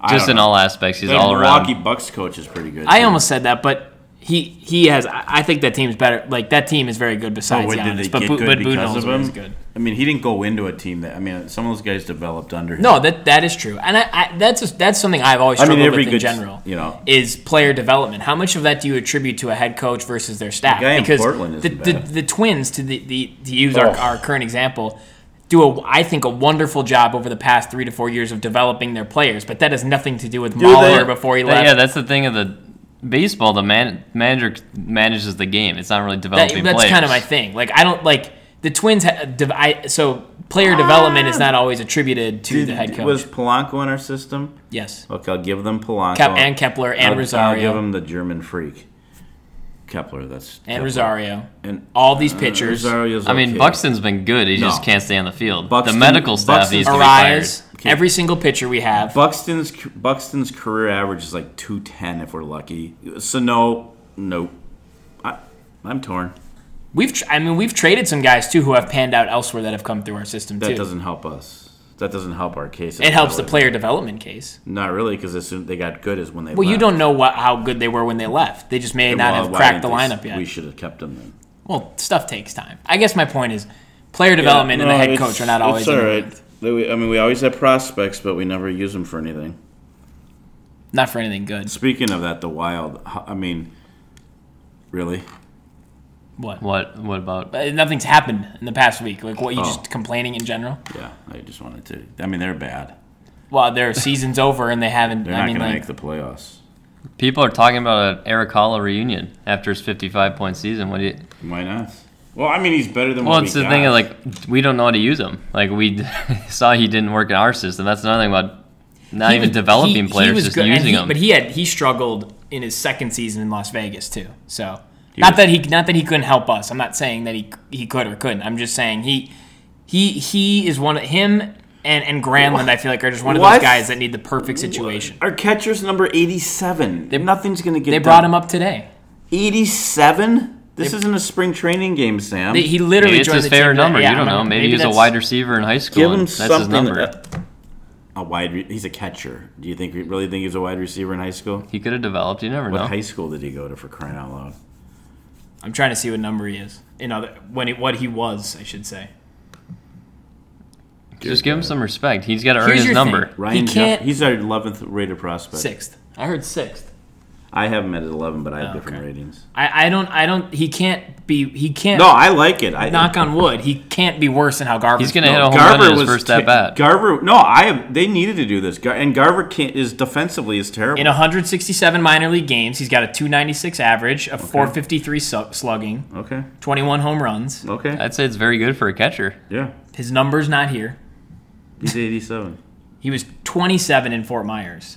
S2: I
S3: Just
S2: don't
S3: in
S2: know.
S3: all aspects, he's
S2: The
S3: all around.
S2: Milwaukee Bucks coach is pretty good.
S1: I
S2: too.
S1: almost said that, but he he has. I, I think that team's better. Like that team is very good
S2: Oh,
S1: besides
S2: wait,
S1: Giannis,
S2: did they
S1: but
S2: get
S1: Bu-
S2: good
S1: but
S2: because of
S1: Budenholzer
S2: him?
S1: is good.
S2: I mean, he didn't go into a team that. I mean, some of those guys developed under him.
S1: No, that that is true, and I, I that's a, that's something I've always
S2: I mean,
S1: struggled
S2: every
S1: with in
S2: good-
S1: general.
S2: you know.
S1: is player development. How much of that do you attribute to a head coach versus their staff?
S2: The guy in
S1: because
S2: Portland
S1: the,
S2: isn't
S1: the,
S2: bad.
S1: the Twins, to the, the to use our,
S2: Oh.
S1: our current example, do a I think a wonderful job over the past three to four years of developing their players, but that has nothing to do with Mahler
S2: they-
S1: before he
S3: But
S1: left.
S3: Yeah, that's the thing of the baseball. The man, manager manages the game. It's not really
S1: That-
S3: developing
S1: that's
S3: players.
S1: kind of my thing. Like I don't like the Twins. Ha- dev- I, so player development is not always attributed to
S2: Did-
S1: the head coach.
S2: was Polanco in our system.
S1: yes,
S2: Okay, I'll give them Polanco
S1: Kep- and Kepler and
S2: I'll, I'll
S1: Rosario
S2: give him the German freak. Kepler, that's
S1: and
S2: Kepler.
S1: Rosario.
S2: And
S1: All these pitchers.
S2: Rosario's
S3: I mean,
S2: okay.
S3: Buxton's been good. He
S2: No.
S3: just can't stay on the field.
S2: Buxton-
S3: the medical staff
S2: Buxton-
S3: needs to be fired.
S1: Arise. Every single pitcher we have.
S2: Buxton's Buxton's career average is like two ten if we're lucky. Sano, nope. I, I'm torn.
S1: We've tr- I mean we've traded some guys too who have panned out elsewhere that have come through our system
S2: That
S1: too.
S2: doesn't help us. That doesn't help our case.
S1: it helps the player development case.
S2: Not really, because as soon they got good is when they.
S1: Well, you
S2: left.
S1: don't know what, how good they were when they left. They just may not
S2: Well,
S1: have
S2: why
S1: cracked the
S2: didn't
S1: lineup
S2: they-
S1: yet.
S2: We should have kept them then.
S1: well, stuff takes time. I guess my point is, player development and the head coach are not always.
S2: It's all right. We- I mean, we always have prospects, but we never use them for anything.
S1: Not for anything good.
S2: Speaking of that, the Wild. h- I mean, really?
S1: What?
S3: What? What about?
S1: Uh, Nothing's happened in the past week. Like what you
S2: Oh.
S1: just complaining in general.
S2: Yeah. I just wanted to. I mean, they're bad.
S1: Well,
S3: (laughs)
S1: their season's over and they haven't.
S2: They're
S1: I
S2: not
S1: mean,
S2: going
S1: like,
S2: to make the playoffs.
S3: People are talking about an Eric Hall reunion after his 55 point season. What do you?
S2: Why not? Well, I mean, he's better than.
S3: Well,
S2: what
S3: it's
S2: we
S3: the
S2: got.
S3: thing of like we don't know how to use him. Like we (laughs) saw he didn't work in our system. That's another thing about not
S1: He
S3: even
S1: was-
S3: developing
S1: he- he
S3: players,
S1: was
S3: just
S1: good, and
S3: using
S1: he-
S3: them.
S1: But he had he struggled in his second season in Las Vegas too. So
S2: He
S1: not
S2: was-
S1: that he not that he couldn't help us. I'm not saying that he he could or couldn't. I'm just saying he he he is one of him and and Granlund. I feel like are just one of
S2: What?
S1: those guys that need the perfect situation.
S2: Our catcher's number 87. Nothing's going to get
S1: They brought him up today.
S2: 87? This isn't a spring training game, Sam.
S1: They- He literally
S3: Maybe it's
S1: joined
S3: his
S1: the team
S3: favorite
S1: today.
S3: number.
S1: Yeah,
S3: you don't
S1: I'm
S3: know.
S1: not-
S3: Maybe, he's a
S1: that's-
S3: wide receiver in high school.
S2: Give him
S3: and that's
S2: something.
S3: his number.
S2: a wide. Re- he's a catcher. Do you think really think he's a wide receiver in high school?
S3: He could have developed. You never
S2: What
S3: know.
S2: high school did he go to for crying out loud?
S1: I'm trying to see what number he is. In other when he, what he was, I should say.
S3: Just give him some respect. He's got to earn
S1: Here's
S3: his
S1: your
S3: number.
S1: thing.
S2: Ryan,
S1: He
S2: he
S1: can't-
S2: he's our 11th rated prospect.
S1: Sixth. I heard sixth.
S2: I have him at 11, but I have
S3: Oh,
S2: different
S1: okay.
S2: ratings.
S1: I, I don't I don't he can't be he can't
S2: No, I like it. I,
S1: knock on wood he can't be worse than how Garvin.
S3: He's gonna hit a home run in
S2: Garver
S3: his
S2: was
S3: first
S2: ta-
S3: at bat.
S2: Garver. No, I have. They needed to do this. Gar- and Garver can't, is defensively is terrible.
S1: In 167 minor league games, he's got a 296 average, a 453 su- slugging,
S2: okay.
S1: 21 home runs.
S2: Okay.
S3: I'd say it's very good for a catcher.
S2: yeah.
S1: His number's not here.
S2: He's 87.
S3: (laughs)
S1: He was 27 in Fort Myers.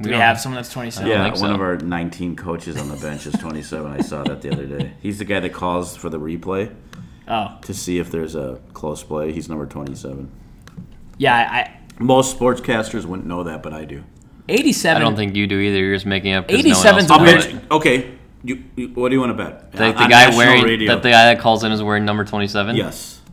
S1: Do we
S3: don't-
S1: have someone that's 27?
S3: don't
S2: Yeah,
S3: think
S2: one
S3: so.
S2: of our 19 coaches on the bench is 27. I saw that the other day. He's the guy that calls for the replay
S1: Oh,
S2: to see if there's a close play. He's number 27.
S1: yeah. I,
S2: Most sportscasters wouldn't know that, but I do.
S1: 87.
S3: I don't think you do either. You're just making up.
S1: 87's
S3: Eighty-seven's
S1: a
S3: no
S2: I'll
S3: one else knows
S2: bet.
S3: it.
S2: Okay. You, you, what do you want to bet?
S3: Like the
S2: On
S3: guy
S2: national
S3: wearing
S2: radio.
S3: that the guy that calls in is wearing number twenty-seven.
S2: Yes.
S3: (laughs)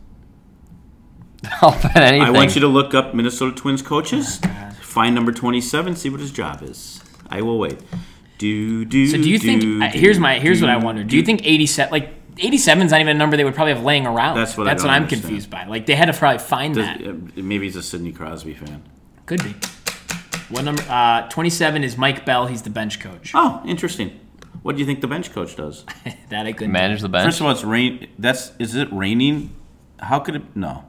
S3: I'll bet anything.
S2: I want you to look up Minnesota Twins coaches,
S1: Oh,
S2: find number 27, see what his job is. I will wait. Do do.
S1: So do you think?
S2: do,
S1: I- here's my here's what I
S2: do,
S1: wonder. Do you think 87 like 87 is not even a number they would probably have laying around?
S2: That's what I
S1: that's
S2: don't
S1: what I'm
S2: understand.
S1: confused by. Like they had to probably find
S2: Does-
S1: that.
S2: uh, Maybe he's a Sidney Crosby fan.
S1: Could be. What number? Uh, 27 is Mike Bell. He's the bench coach.
S2: Oh, interesting. What do you think the bench coach does?
S1: that I couldn't.
S3: manage the bench.
S2: First of all, it's rain. That's is it raining? How could it? No,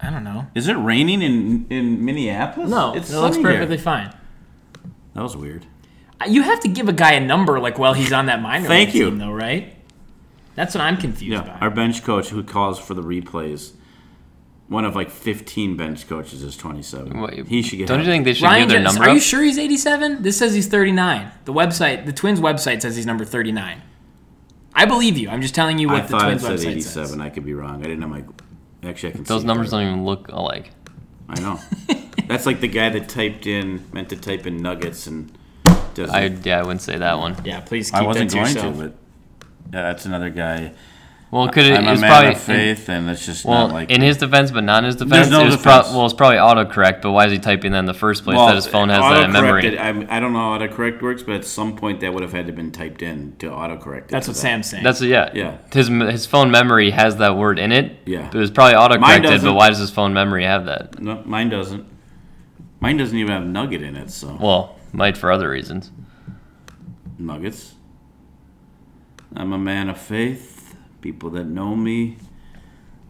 S1: I don't know.
S2: is it raining in in Minneapolis?
S1: No,
S2: it's
S1: it looks
S2: sunny here.
S1: perfectly fine.
S2: That was weird.
S1: Uh, You have to give a guy a number like while he's on that minor
S2: Thank
S1: league
S2: you.
S1: team, though, right? That's what I'm confused
S2: Yeah,
S1: about.
S2: our bench coach who calls for the replays, one of like fifteen bench coaches is twenty-seven.
S3: Wait,
S2: he should get.
S3: Don't you
S2: help.
S3: think they should
S1: Ryan
S3: give their
S1: Jensen,
S3: number
S1: are
S3: up?
S1: you sure he's 87? This says he's 39. The website, the Twins website says he's number 39. I believe you. I'm just telling you
S2: I
S1: what the
S2: thought it
S1: Twins
S2: said
S1: website
S2: eighty-seven.
S1: says.
S2: I could be wrong. I didn't have my. Actually, I can.
S3: Those
S2: see
S3: numbers
S2: it.
S3: don't even look alike.
S2: I
S3: (laughs)
S2: know. That's like the guy that typed in meant to type in nuggets and. Doesn't.
S3: I yeah, I wouldn't say that one.
S1: Yeah, please keep
S2: I wasn't
S1: that to
S2: going
S1: yourself.
S2: to, but. Yeah, that's another guy.
S3: Well, could it,
S2: I'm
S3: it
S2: a
S3: was
S2: man
S3: probably
S2: of faith, and it's just
S3: well
S2: not like
S3: in his defense, but not in his defense.
S2: no
S3: it was pro-
S2: defense.
S3: well, it's probably autocorrect. But why is he typing that in the first place? that his phone has that
S2: autocorrect
S3: memory.
S2: It, I'm- I don't know how autocorrect works, but at some point that would have had to been typed in to autocorrect. It
S1: That's
S2: to
S1: what
S2: that.
S1: Sam's saying.
S3: That's yeah.
S2: Yeah.
S3: His his phone memory has that word in it.
S2: Yeah.
S3: It was probably autocorrected,
S2: doesn't.
S3: but why does his phone memory have that?
S2: No, mine doesn't. Mine doesn't even have nugget in it. So
S3: Well, might for other reasons.
S2: nuggets. I'm a man of faith. People that know me,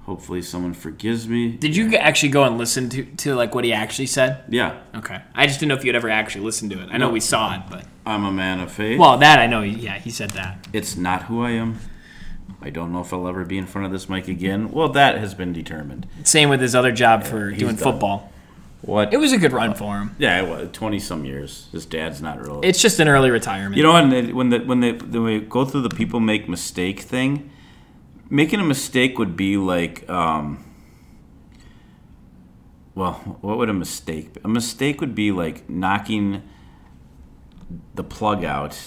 S2: hopefully someone forgives me.
S1: Did you actually go and listen to, to like what he actually said?
S2: Yeah,
S1: Okay. I just didn't know if you'd ever actually listened to it. I know
S2: No.
S1: we saw it, but
S2: I'm a man of faith.
S1: well, that I know. Yeah, he said that.
S2: it's not who I am. I don't know if I'll ever be in front of this mic again. Well, that has been determined.
S1: Same with his other job for doing
S2: done.
S1: football.
S2: What?
S1: It was a good run for him.
S2: yeah, it was twenty some years. His dad's not real.
S1: It's just an early retirement.
S2: You know, and it- when the when they when we go through the people make mistake thing, making a mistake would be like, um, well, what would a mistake? Be? A mistake would be like knocking the plug out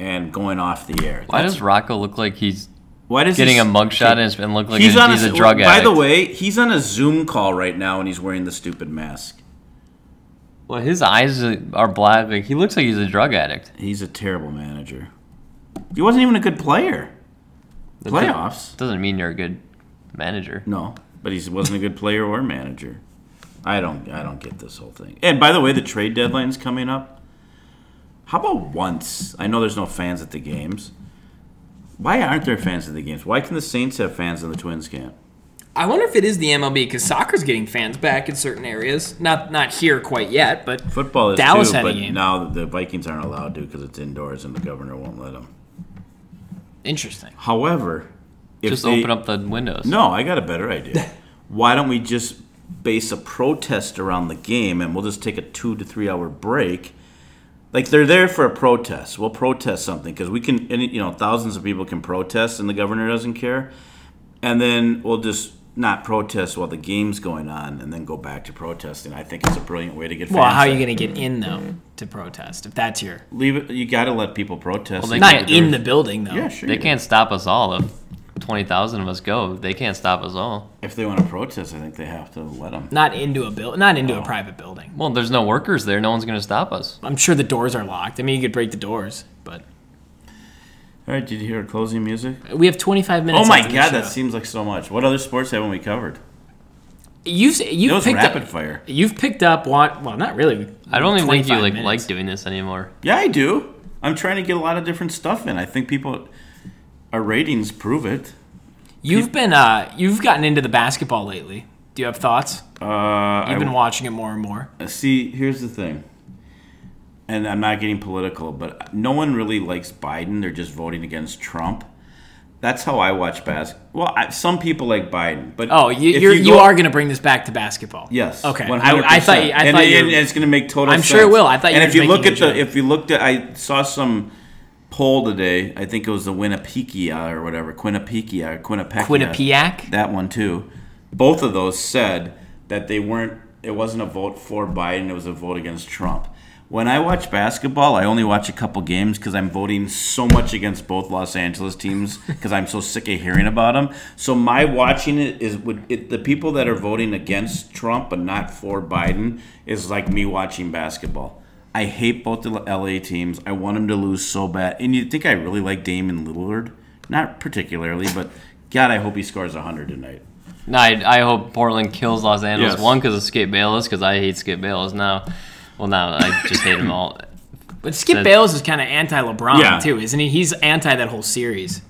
S2: and going off the air.
S3: Why does Rocco look like he's
S2: Why does
S3: getting
S2: he,
S3: a mugshot and, it's- and look like
S2: He's
S3: a,
S2: on
S3: he's
S2: a,
S3: a drug
S2: by
S3: addict?
S2: the way, he's on a Zoom call right now and he's wearing the stupid mask.
S3: well, his eyes are black. Like, he looks like he's a drug addict.
S2: He's a terrible manager. He wasn't even a good player.
S3: That
S2: Playoffs.
S3: doesn't- doesn't mean you're a good manager.
S2: No, but he wasn't a good player or manager. I don't I don't get this whole thing. And by the way, the trade deadline's coming up. How about once? I know there's no fans at the games. Why aren't there fans at the games? Why can the Saints have fans and the Twins can't?
S1: I wonder if it is the MLB because soccer's getting fans back in certain areas. Not not here quite yet, but
S2: Football is
S1: Dallas
S2: too,
S1: had a
S2: but
S1: game.
S2: now the Vikings aren't allowed to because it's indoors and the governor won't let them.
S1: interesting.
S2: However, if
S3: Just
S2: they-
S3: open up the windows.
S2: No, I got a better idea. Why don't we just base a protest around the game and we'll just take a two to three hour break? Like they're there for a protest. We'll protest something because we can, and, you know, thousands of people can protest and the governor doesn't care. And then we'll just not protest while the game's going on and then go back to protesting. I think it's a brilliant way to get.
S1: Well,
S2: fans
S1: how are you
S2: in.
S1: going to get in though to protest if that's your
S2: leave it? You got to let people protest.
S3: Well, they
S1: not
S3: can't do
S1: in
S3: it.
S1: the building though?
S2: yeah, sure.
S3: They
S2: you
S3: can't stop us all. If 20,000 of us go, they can't stop us all.
S2: If they want to protest, I think they have to let them.
S1: Not into a build, not into a private building.
S3: Well, there's no workers there. No one's going to stop us.
S1: I'm sure the doors are locked. I mean, you could break the doors, but
S2: All right. Did you hear our closing music?
S1: we have 25 minutes.
S2: Oh my
S1: after the
S2: god,
S1: show.
S2: that seems like so much. What other sports haven't we covered?
S1: you've
S2: It
S1: you've
S2: was
S1: picked
S2: rapid
S1: up.
S2: fire.
S1: You've picked up what? Well, not really.
S3: I don't even think you
S1: 25
S3: like
S1: minutes.
S3: like doing this anymore.
S2: Yeah, I do. I'm trying to get a lot of different stuff in. I think people, our ratings prove it.
S1: You've been uh, you've gotten into the basketball lately. Do you have thoughts?
S2: Uh,
S1: You've been
S2: I,
S1: watching it more and more.
S2: see, here's the thing, and I'm not getting political, but no one really likes Biden. They're just voting against Trump. That's how I watch basketball. Well, I, some people like Biden, but
S1: Oh, you
S2: if
S1: you're, you,
S2: go-
S1: are going to bring this back to basketball.
S2: Yes.
S1: Okay. I, I thought. you-
S2: 100%.
S1: I
S2: and,
S1: thought
S2: and-
S1: you.
S2: and it's going to make total.
S1: I'm
S2: sense.
S1: sure it will. I thought you
S2: And
S1: were
S2: if you
S1: just
S2: look at
S1: making a
S2: the,
S1: joke.
S2: if you looked at, I saw some poll today. I think it was the Winnipegia or whatever, Quinnipiac, Quinnipiac,
S1: Quinnipiac?
S2: That one too. Both of those said that they weren't. It wasn't a vote for Biden. It was a vote against Trump. When I watch basketball, I only watch a couple games because I'm voting so much against both Los Angeles teams because I'm so sick of hearing about them. So my watching it is would it, the people that are voting against Trump but not for Biden is like me watching basketball. I hate both the LA teams. I want them to lose so bad. And you think I really like Damon Lillard? Not particularly, but God, I hope he scores 100 tonight.
S3: No, I, I hope Portland kills Los Angeles.
S2: Yes.
S3: One because of Skip Bayless, because I hate Skip Bayless now. Well, now I just hate him all.
S1: but Skip
S3: that-
S1: Bayless is kind of anti LeBron
S2: Yeah.
S1: too, isn't he? He's anti that whole series.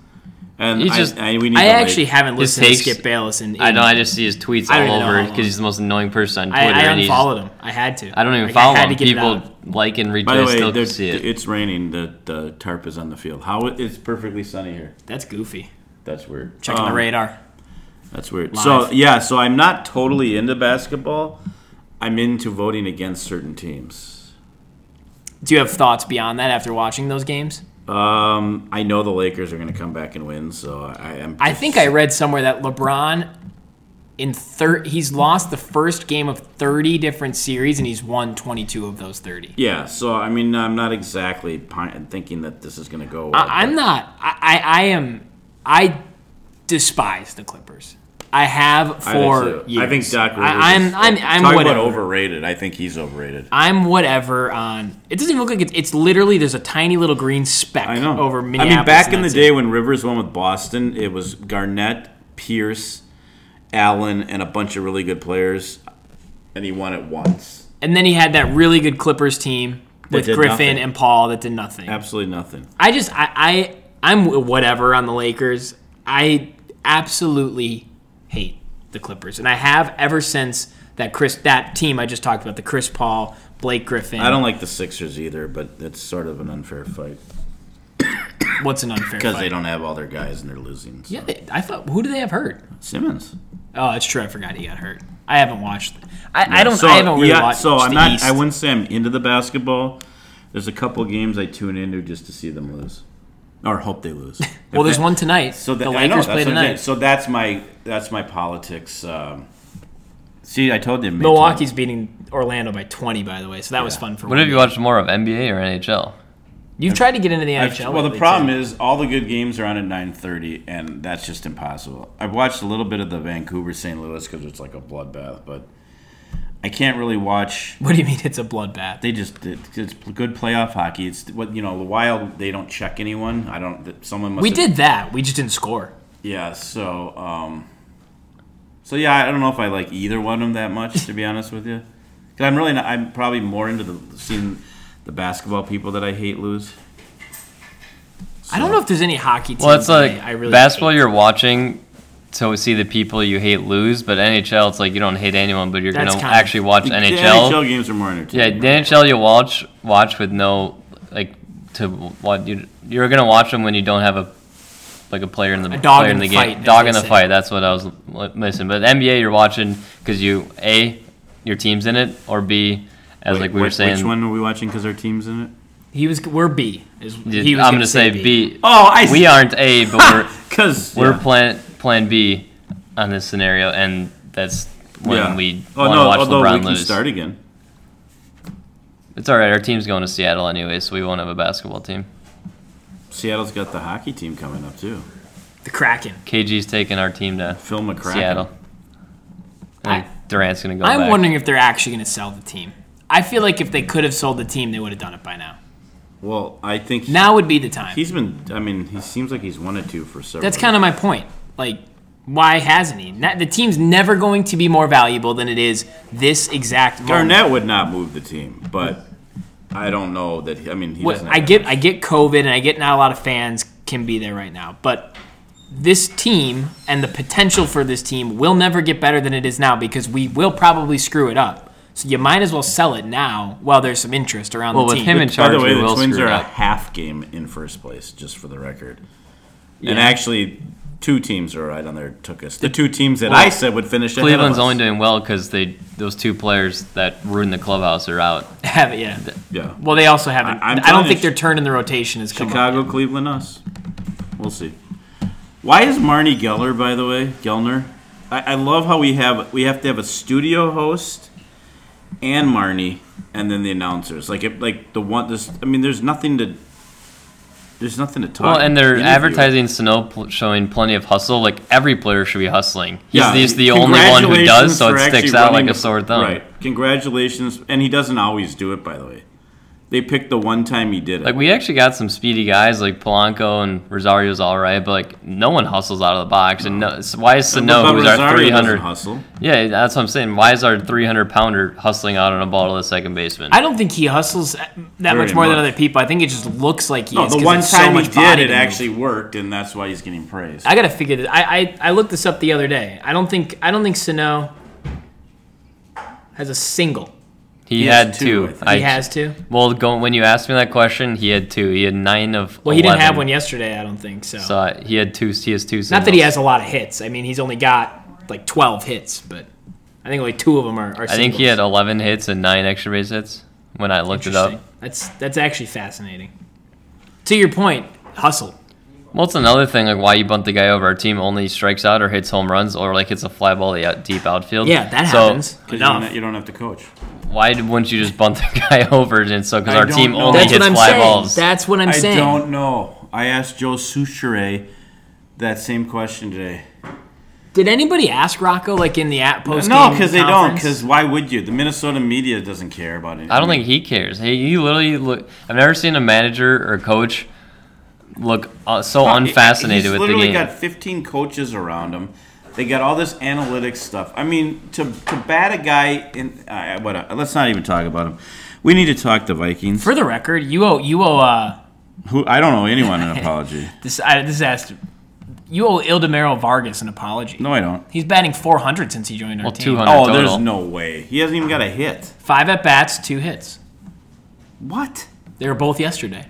S2: And
S3: He's
S2: I,
S3: just-
S2: I- we need
S1: I
S2: to, like-
S1: actually haven't
S3: his
S1: listened to
S3: takes-
S1: Skip Bayless, and
S3: I know. I just see his tweets
S1: I don't
S3: all
S1: even know how
S3: over
S1: long.
S3: because he's the most annoying person on Twitter.
S1: I, I
S3: and he's-
S1: unfollowed him. I had to.
S3: I don't even
S1: Like,
S3: follow
S1: I had
S3: him.
S1: to get it out.
S3: People like and retweet.
S2: By the
S3: I
S2: way,
S3: still can
S2: there's-
S3: see it.
S2: it's raining. The, the tarp is on the field. How it's perfectly sunny here.
S1: That's goofy.
S2: That's weird.
S1: Checking the
S2: Um,
S1: radar.
S2: That's weird.
S1: Live.
S2: So yeah, so I'm not totally into basketball. I'm into voting against certain teams.
S1: Do you have thoughts beyond that after watching those games?
S2: Um, I know the Lakers are going to come back and win, so I am.
S1: I think I read somewhere that LeBron in thir- he's lost the first game of 30 different series and he's won 22 of those 30.
S2: Yeah, so I mean, I'm not exactly pi- thinking that this is going to go. Well,
S1: I, I'm not. I, I, I am. I despise the Clippers. I have
S2: I think
S1: for
S2: so.
S1: years.
S2: I think Doc. Rivers
S1: I,
S2: is-
S1: am I'm. I'm.
S2: talk
S1: whatever.
S2: about overrated. I think he's overrated.
S1: I'm whatever on. It doesn't even look like it's. It's literally there's a tiny little green speck
S2: I know.
S1: over
S2: I
S1: Minneapolis.
S2: mean, back in
S1: and
S2: the
S1: that's
S2: day
S1: it.
S2: when Rivers won with Boston, it was Garnett, Pierce, Allen, and a bunch of really good players, and he won it once.
S1: and then he had that really good Clippers team with
S2: did
S1: Griffin
S2: nothing.
S1: and Paul that did nothing.
S2: Absolutely nothing.
S1: I just I, I I'm whatever on the Lakers. I absolutely hate the Clippers, and I have ever since that Chris that team I just talked about the Chris Paul Blake Griffin.
S2: I don't like the Sixers either, but it's sort of an unfair fight
S1: What's an unfair
S2: because
S1: fight?
S2: they don't have all their guys and they're losing. so.
S1: Yeah, they, I thought who do they have hurt?
S2: Simmons.
S1: Oh, it's true. I forgot he got hurt. I haven't watched. I, I don't.
S2: So,
S1: I haven't really
S2: yeah,
S1: watched.
S2: So I'm
S1: the
S2: not.
S1: East.
S2: I wouldn't say I'm into the basketball. There's a couple games I tune into just to see them lose, or hope
S1: (laughs)
S2: they lose.
S1: well, there's one tonight. So the,
S2: that- I know,
S1: Lakers
S2: that's
S1: play
S2: what I'm saying.
S1: tonight.
S2: So that's my that's my politics. Um, see, I told you, May
S1: Milwaukee's beating Orlando by 20, by the way. So that was
S2: Yeah.
S1: fun for
S3: What
S1: me.
S3: have you watched more of, NBA or NHL?
S1: You've tried to get into the
S2: 12th.
S1: NHL.
S2: Well, the
S1: lately,
S2: problem
S1: too.
S2: is all the good games are on at 9:30, and that's just impossible. I've watched a little bit of the Vancouver St. Louis because it's like a bloodbath, but I can't really watch.
S1: What do you mean it's a bloodbath?
S2: They just it's good playoff hockey. It's what you know. The Wild they don't check anyone. I don't. Someone must.
S1: We
S2: have-
S1: did that. We just didn't score.
S2: Yeah, so um so yeah, I don't know if I like either one of them that much to be honest with you. Cuz I'm really not I'm probably more into the seeing the basketball people that I hate lose.
S1: I don't know if there's any hockey team.
S3: Well, it's
S1: that I-
S3: like
S1: I really
S3: basketball.
S1: hate.
S3: You're watching to see the people you hate lose, but NHL, it's like you don't hate anyone, but you're
S1: That's
S3: gonna
S1: kind of-
S3: actually watch
S2: The
S3: NHL.
S2: NHL games are more
S3: Yeah,
S2: entertaining.
S3: the NHL you watch watch with no like to what you you're gonna watch them when you don't have a like a player in the
S1: A dog
S3: player
S1: in
S3: in
S1: the
S3: the
S1: fight,
S3: game
S1: as
S3: dog
S1: they
S3: in the
S1: say.
S3: fight. That's what I was li- missing. But NBA you're watching because you a your team's in it or b as
S2: Wait,
S3: like we were
S2: which-
S3: saying.
S2: Which one were we watching cuz our team's in it?
S1: He was. We're B. Is,
S3: you-
S1: he was
S3: I'm gonna
S1: (laughs)
S3: say B.
S2: Oh, I
S3: We (laughs) aren't a, but
S2: (laughs)
S3: we're
S2: cuz
S3: we're plan plan B on this scenario, and that's when we want to watch
S2: Oh, although
S3: LeBron
S2: we can
S3: lose.
S2: start again.
S3: It's all right. Our team's going to Seattle anyway, so we won't have a basketball team.
S2: Seattle's got the hockey team coming up too.
S1: The Kraken.
S3: KG's taking our team to
S2: Phil McCracken.
S3: Seattle.
S1: I-
S3: And Durant's gonna go.
S1: I'm
S3: back.
S1: wondering if they're actually going to sell the team. I feel like if they could have sold the team, they would have done it by now.
S2: Well, I think he-
S1: Now would be the time.
S2: he's been I mean, he seems like he's wanted to for several
S1: That's kind of my point. Like, why hasn't he? Not, the team's never going to be more valuable than it is this exact moment.
S2: Garnett would not move the team, but I don't know that. He, I mean, he
S1: What-
S2: doesn't.
S1: I get, I get COVID, and I get not a lot of fans can be there right now. But this team and the potential for this team will never get better than it is now because we will probably screw it up. So you might as well sell it now while there's some interest around
S3: Well,
S1: the
S3: with
S1: team.
S3: him in
S2: By
S3: charge,
S2: the way,
S3: we
S2: the
S3: will
S2: Twins
S3: screw
S2: are
S3: it
S2: a
S3: up.
S2: half game in first place, just for the record. And
S3: Yeah.
S2: actually, two teams are right on there. Took us the two teams that I said would finish. ahead of
S3: Cleveland's
S2: us.
S3: only doing well because they those two players that ruined the clubhouse are out.
S1: (laughs) Have it, yeah.
S2: yeah.
S1: Well, they also haven't.
S2: I- I'm
S1: I,
S2: telling
S1: don't
S2: you,
S1: think their turn in the rotation is coming.
S2: Chicago, Cleveland, us. We'll see. Why is Marnie Geller, by the way, Gellner? I, I love how we have we have to have a studio host and Marnie, and then the announcers. Like it, like the one. This I mean, there's nothing to. There's nothing to talk.
S3: Well, and they're
S2: interview.
S3: advertising Sano pl- showing plenty of hustle. Like every player should be hustling. He's
S2: Yeah,
S3: the, he's the only one who
S2: congratulations
S3: does, so
S2: for
S3: it sticks
S2: actually
S3: out
S2: running
S3: like a
S2: the-
S3: sore thumb.
S2: Right. Congratulations, and he doesn't always do it. By the way, they picked the one time he did it.
S3: Like we actually got some speedy guys like Polanco and Rosario's all right, but like no one hustles out of the box. And no, s- why is Sano,
S2: But
S3: who's our
S2: Rosario doesn't
S3: 300?
S2: hustle.
S3: Yeah, that's what I'm saying. Why is our 300 pounder hustling out on a ball to the second baseman?
S1: I don't think he hustles that much more than
S2: much.
S1: other people. I think it just looks like he
S2: No,
S1: is.
S2: the
S1: 'cause
S2: one
S1: there's so
S2: time
S1: much
S2: he did
S1: body
S2: it
S1: to move.
S2: actually worked, and that's why he's getting praised.
S1: I gotta figure this. I, I I looked this up the other day. I don't think I don't think Sano has a single.
S3: he,
S2: he has
S3: had
S2: two,
S3: two.
S2: I think.
S1: He
S3: I-
S1: has two.
S3: Well, go, when you asked me that question, he had two. He had nine of.
S1: Well, he didn't
S3: 11.
S1: have one yesterday. I don't think so.
S3: So uh, he had two. He has two. Singles.
S1: Not that he has a lot of hits. I mean, he's only got like 12 hits, but I think only two of them are. are
S3: I think he
S1: singles.
S3: had 11 hits and nine extra base hits when I looked it up.
S1: Interesting. That's that's actually fascinating. To your point, hustle.
S3: Well, it's another thing like why you bunt the guy over. Our team only strikes out or hits home runs or like hits a fly ball to the out- deep outfield.
S1: Yeah, that
S3: so
S1: happens.
S2: 'Cause you don't,
S1: Enough.
S2: you don't have to coach.
S3: Why d- wouldn't you just bunt the (laughs) guy over? And so because
S2: I
S3: our
S2: don't
S3: team
S2: know.
S3: only
S1: That's
S3: hits
S1: what I'm
S3: fly
S1: saying.
S3: balls.
S1: That's what I'm
S2: I
S1: saying.
S2: don't know. I asked Joe Souchere that same question today.
S1: Did anybody ask Rocco like in the at post?
S2: No,
S1: because
S2: because they don't. Because why would you? The Minnesota media doesn't care about it.
S3: I don't think he cares. He, he literally look. I've never seen a manager or coach look uh, so unfascinated
S2: He's
S3: with the
S2: literally
S3: game.
S2: got 15 coaches around him. They got all this analytics stuff. I mean, to to bat a guy in uh, what? uh, Let's not even talk about him. We need to talk the Vikings.
S1: For the record, you owe you owe uh,
S2: who I don't owe anyone an apology.
S1: this I, this asked you owe Ildemero Vargas an apology.
S2: No, I don't.
S1: He's batting 400 since he joined our
S3: Well,
S1: team.
S3: 200
S2: Oh,
S3: total.
S2: there's no way. He hasn't even got a hit.
S1: Five at bats, two hits.
S2: What?
S1: They were both yesterday.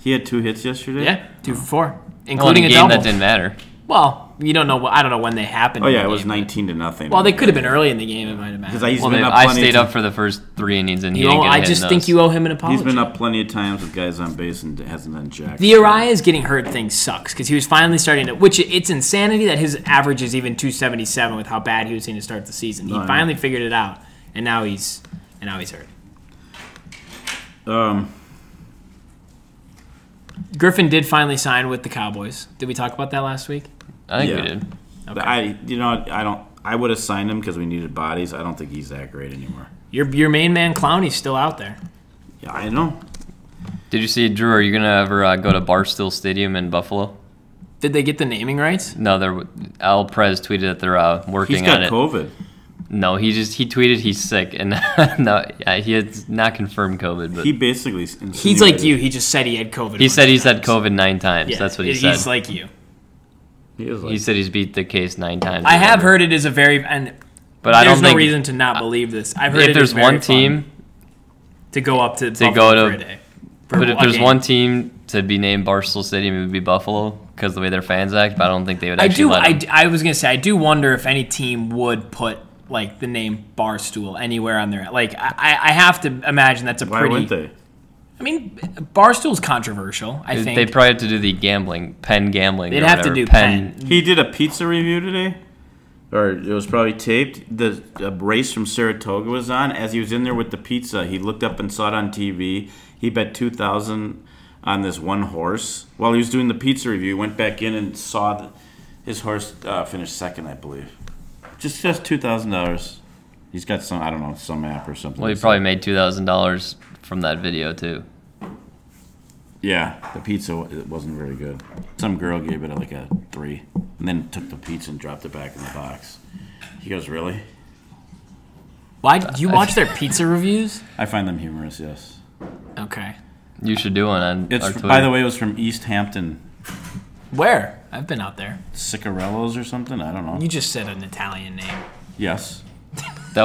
S2: He had two hits yesterday.
S1: Yeah, two for four,
S3: Well, in
S1: including
S3: a
S1: a
S3: game
S1: double.
S3: that didn't matter.
S1: Well, you don't know. wh- I don't know when they happened.
S2: Oh
S1: in
S2: yeah,
S1: the
S2: it was
S1: game.
S2: 19 to nothing.
S1: Well, they could have been early in the game. It might have mattered.
S2: Because he's
S3: Well,
S2: been
S3: they-
S2: up
S3: I
S2: plenty
S3: stayed
S2: of
S3: up for the first three innings and he
S1: You
S3: didn't
S1: owe-
S3: get a
S1: I
S3: hit in
S1: just think
S3: those.
S1: you owe him an
S2: He's
S1: apology.
S2: been up plenty of times with guys on base and hasn't done jack.
S1: The Arias getting hurt thing sucks because he was finally starting to, which it's insanity that his average is even 277 with how bad he was seeing to start the season. He
S2: I know.
S1: finally figured it out, and now he's and now he's hurt.
S2: Um,
S1: Griffin did finally sign with the Cowboys. Did we talk about that last week?
S3: I think
S2: Yeah.
S3: we did.
S2: I you know I don't. I would have signed him because we needed bodies. I don't think he's that great anymore.
S1: Your your main man Clowney's still out there.
S2: Yeah, I know.
S3: Did you see Drew? Are you gonna ever uh, go to Barstool Stadium in Buffalo?
S1: Did they get the naming rights?
S3: No, they're Al Perez tweeted that they're uh, working
S2: He's
S3: on
S2: got
S3: it.
S2: COVID.
S3: No, he just he tweeted he's sick and (laughs) no, yeah, he had not confirmed COVID, but
S2: He
S3: he,
S2: basically
S1: He's like you. He just said he had COVID. one
S3: said he's had
S1: time.
S3: COVID nine times.
S1: Yeah,
S3: That's what he
S1: he's
S3: said.
S1: He's like you.
S2: He is like
S3: he said he's beat the case nine times.
S1: I have heard it is a very and
S3: but I
S1: there's
S3: don't
S1: no
S3: think
S1: reason to not believe this. I've heard it
S3: if
S1: is
S3: there's
S1: very
S3: one
S1: fun
S3: team,
S1: to go up to,
S3: go
S1: Buffalo
S3: to-
S1: for a day. For
S3: but if
S1: a
S3: there's
S1: game.
S3: one team to be named Barstool Stadium, it would be Buffalo because the way their fans act. But I don't think they would
S1: I
S3: actually
S1: do.
S3: let
S1: I,
S3: him.
S1: d- I was gonna say I do wonder if any team would put like the name Barstool anywhere on their like. I, I I have to imagine that's a
S2: why
S1: pretty.
S2: wouldn't they?
S1: I mean, Barstool's controversial. I think
S3: They probably have to do the gambling, Penn gambling.
S1: They'd
S3: or
S1: have to
S3: whatever,
S1: do Penn.
S2: He did a pizza review today, or it was probably taped. The a race from Saratoga was on. As he was in there with the pizza, he looked up and saw it on TV. He bet two thousand on this one horse while he was doing the pizza review. Went back in and saw the, his horse uh, finished second, I believe. Just just two thousand dollars. He's got some I don't know some app or something.
S3: Well, he probably made two thousand dollars from that video too.
S2: yeah. The pizza w- it wasn't very good. Some girl gave it like a three, and then took the pizza and dropped it back in the box. He goes, really?
S1: Why do you watch their pizza reviews?
S2: I find them humorous. Yes.
S1: Okay,
S3: You should do one on
S2: It's
S3: our Twitter.
S2: by the way, it was from East Hampton,
S1: where I've been out there.
S2: Cicarellos or something. I don't know.
S1: You just said an Italian name.
S2: yes.
S3: that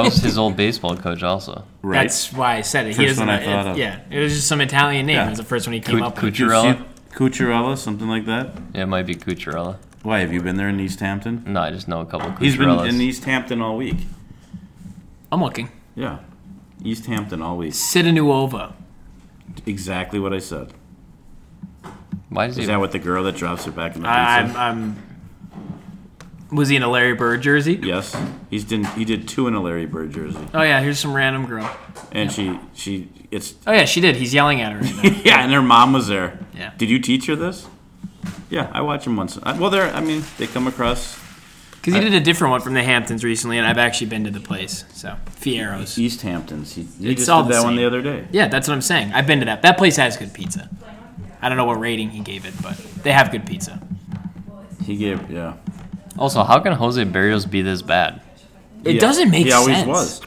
S2: (laughs)
S3: was his old baseball coach also.
S2: Right.
S1: That's why I said it. he
S2: First
S1: doesn't.
S2: one I
S1: it-
S2: thought of.
S1: Yeah, it was just some Italian name.
S2: Yeah.
S1: It was the first one he came
S3: Cu-
S1: up with.
S2: Did you see-
S3: Cucurella.
S2: Cucurella, something like that.
S3: Yeah, it might be Cucurella.
S2: Why have you been there in East Hampton?
S3: No, I just know a couple of
S2: He's been
S3: Cucurellas.
S2: in East Hampton all week.
S1: I'm looking.
S2: Yeah, East Hampton all week.
S1: Citanuova.
S2: Exactly what I said.
S3: Why does he?
S2: Is that what the girl that drops her back in the pizza?
S1: I'm, I'm. Was he in a Larry Bird jersey?
S2: yes, he's did he did two in a Larry Bird jersey,
S1: Oh yeah, here's some random girl.
S2: and she she it's (laughs)
S1: Oh yeah, she did. He's yelling at her. Right (laughs) now.
S2: yeah, and her mom was there.
S1: Yeah.
S2: Did you teach her this? Yeah, I watch them once. I- Well, they're I mean they come across
S1: Because he did a different one from the Hamptons recently, and I've actually been to the place. So Fieros.
S2: East Hamptons. He, he
S1: It's
S2: just
S1: all
S2: did
S1: the
S2: that one
S1: same.
S2: the other day.
S1: Yeah, that's what I'm saying. I've been to that. That place has good pizza. I don't know what rating he gave it, but they have good pizza.
S2: He gave yeah.
S3: Also, how can Jose Barrios be this bad?
S1: It
S2: Yeah.
S1: doesn't make
S2: he
S1: sense.
S2: always was.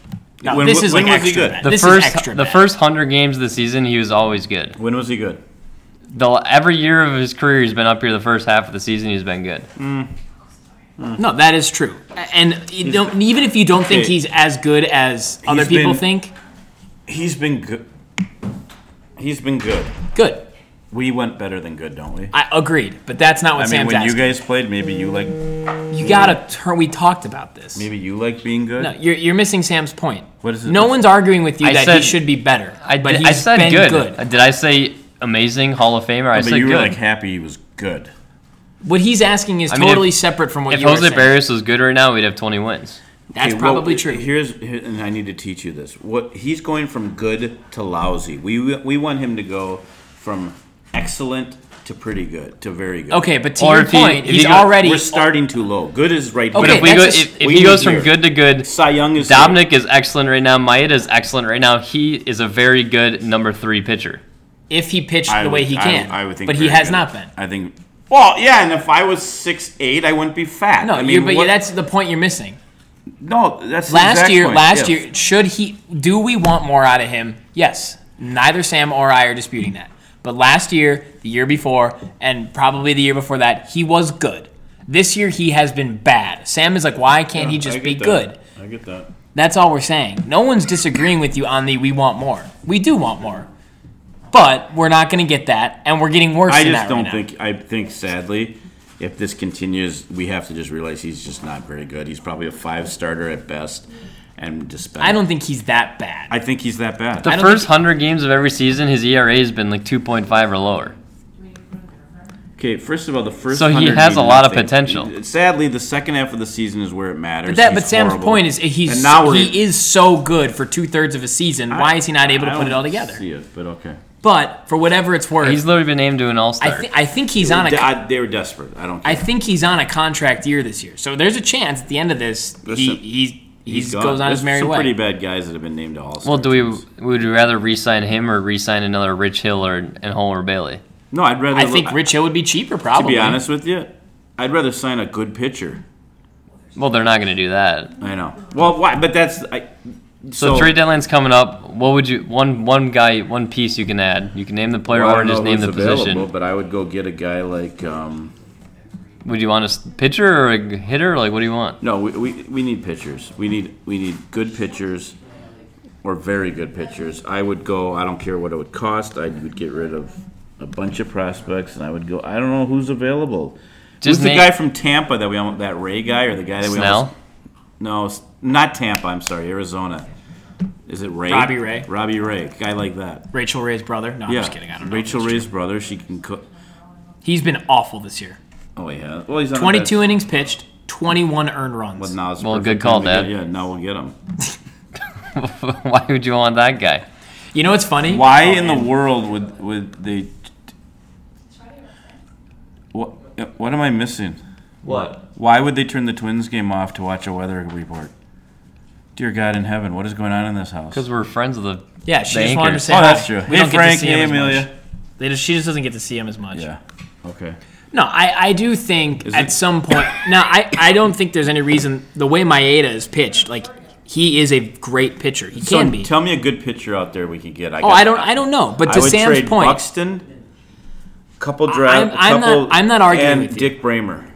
S1: No,
S2: When-
S1: this
S2: when-
S1: is
S2: when
S1: like
S2: was
S1: extra
S2: he good?
S1: bad.
S3: The
S1: this
S3: first,
S1: is extra
S3: the
S1: bad.
S3: first hundred games of the season, he was always good.
S2: When was he good?
S3: The every year of his career, he's been up here. The first half of the season, he's been good.
S1: No, that is true. A- And you don't, even if you don't think
S2: Okay.
S1: he's as good as other
S2: He's
S1: people
S2: been-
S1: think,
S2: He's been good. He's been good.
S1: good.
S2: We went better than good, don't we?
S1: I agreed, but that's not what
S2: I mean,
S1: Sam's
S2: when you
S1: asking.
S2: guys played, maybe you like
S1: You gotta turn. We talked about this.
S2: maybe you like being good.
S1: No, you're, you're missing Sam's point.
S2: What is it?
S1: No one's arguing with you
S3: I
S1: that he
S3: said-
S1: should be better.
S3: I,
S1: but
S3: did,
S1: he's
S3: I said
S1: been
S3: good. Uh,
S1: good.
S3: Did I say amazing Hall of Famer? I
S2: but
S3: said
S2: you were
S3: good.
S2: like happy he was good.
S1: What he's asking is
S3: I mean, if-
S1: totally separate from what
S3: if
S1: you were
S3: Jose
S1: saying.
S3: Barrios was good right now, we'd have 20 wins.
S1: That's
S2: Okay, well,
S1: probably true.
S2: Here's here- and I need to teach you this. What he's going from good to lousy. We we want him to go from excellent to pretty good to very good.
S1: okay, but to
S3: Or
S1: your
S3: if he-
S1: point,
S3: if he
S1: he's
S3: go-
S1: already.
S2: We're starting too low. Good is right.
S1: Okay,
S2: here.
S3: If we
S1: that's
S3: go,
S1: a s-
S3: if, if
S2: we
S3: he
S2: need
S3: goes
S2: here.
S3: from good to good,
S2: Cy Young is
S3: Dominic is excellent right now. Maeda is excellent right now. He is a very good number three pitcher.
S1: if he pitched
S2: here. I
S1: the way
S2: would-
S1: he
S2: I-
S1: can,
S2: I, would think.
S1: but he
S2: very
S1: has
S2: good.
S1: not been.
S2: I think. Well, yeah, and if I was six eight, I wouldn't be fat.
S1: No,
S2: I
S1: you're,
S2: mean,
S1: but
S2: what-
S1: that's the point you're missing.
S2: no, that's the
S1: Last
S2: exact
S1: year,
S2: point,
S1: last
S2: yes.
S1: year, should he? Do we want more out of him? Yes. Neither Sam or I are disputing that. But last year, the year before, and probably the year before that, he was good. This year, he has been bad. Sam is like, why can't he
S2: I
S1: just
S2: get
S1: be
S2: that.
S1: good?
S2: I get that.
S1: That's all we're saying. No one's disagreeing with you on the we want more. We do want more, but we're not going to get that, and we're getting worse.
S2: I
S1: than
S2: just
S1: that right
S2: don't
S1: now.
S2: think. I think sadly, if this continues, we have to just realize he's just not very good. He's probably a five starter at best, and just.
S1: I don't think he's that bad.
S2: I think he's that bad.
S1: I
S3: The
S1: don't
S3: first 100 games of every season, his ERA has been like 2.5 or lower.
S2: Okay, first of all, the first.
S3: So he
S2: 100
S3: has a
S2: mean
S3: lot of
S2: nothing.
S3: potential.
S2: uh, Sadly, the second half of the season is where it matters.
S1: But that,
S2: He's
S1: but Sam's
S2: horrible.
S1: point is uh, he's
S2: And now we're-
S1: he is so good for two thirds of a season. Why is he not able to
S2: I
S1: put it
S2: don't
S1: all together?
S2: See it, but okay.
S1: But for whatever it's worth,
S3: He's literally been named to an All
S1: I
S3: Star.
S1: think I think he's on
S2: They-
S1: a
S2: I- they were desperate. I don't. Care.
S1: I think he's on a contract year this year. So there's a chance at the end of this he
S2: Listen,
S1: he he's
S2: gone.
S1: goes on
S2: There's
S1: his merry
S2: some
S1: way.
S2: Pretty bad guys that have been named to all.
S3: well, do we would we rather re-sign him or re-sign another Rich Hill or and Homer Bailey?
S2: No, I'd rather.
S1: I think Rich Hill would be cheaper
S2: To
S1: probably.
S2: be honest with you, I'd rather sign a good pitcher.
S3: Well, they're not going to do that.
S2: I know. Well, why? But that's. I,
S3: So, trade deadline's coming up. What would you one one guy one piece you can add? You can name the player
S2: Well, I
S3: or
S2: don't
S3: just
S2: know
S3: name the
S2: who's available,
S3: position.
S2: But I would go get a guy like. Um,
S3: Would you want a s- pitcher or a g- hitter? Like, what do you want?
S2: no, we, we, we need pitchers. We need we need good pitchers, or very good pitchers. I would go. I don't care what it would cost. I would get rid of a bunch of prospects, and I would go. I don't know who's available.
S3: Just
S2: who's the
S3: name-
S2: guy from Tampa that we almost, that Ray guy or the guy that we
S3: Snell?
S2: almost no s- not Tampa. I'm sorry, Arizona. Is it Ray?
S1: Robbie Ray.
S2: Robbie Ray, guy like that.
S1: Rachel Ray's brother? No, I'm
S2: yeah,
S1: just kidding. I don't know.
S2: Rachel Ray's brother. She can cook.
S1: He's been awful this year.
S2: Oh yeah. Well, he's not a bad-
S1: 22 innings pitched, 21 earned runs.
S2: But now it's
S3: Well,
S2: perfect
S3: good call,
S2: time to
S3: Dad.
S2: Get, yeah, now we'll get him.
S3: (laughs) Why would you want that guy?
S1: you know what's funny?
S2: Why
S1: Oh,
S2: in the
S1: man.
S2: world would would they? What what am I missing?
S3: What?
S2: Why would they turn the Twins game off to watch a weather report? Dear God in heaven, what is going on in this house?
S3: Because
S2: Oh,
S3: we're friends of the.
S1: Yeah, she
S3: The
S1: just wanted to
S3: anchors.
S1: say.
S2: that's
S1: hi.
S2: true.
S1: We
S2: Hey
S1: don't get to
S2: Frank,
S1: see him
S2: hey
S1: as much.
S2: Amelia.
S1: They just, she just doesn't get to see him as much.
S2: Yeah. Okay.
S1: No, I, I do think
S2: Is
S1: at
S2: it-
S1: some point. Now, I, I don't think there's any reason the way Maeda is pitched. Like he is a great pitcher. He
S2: So
S1: can be.
S2: tell me a good pitcher out there we could get. I
S1: oh, I don't I don't know. But
S2: I
S1: to
S2: would
S1: Sam's
S2: trade
S1: point,
S2: Buxton, couple draft,
S1: I'm not-
S2: couple,
S1: I'm not arguing
S2: and
S1: with you.
S2: Dick Bramer.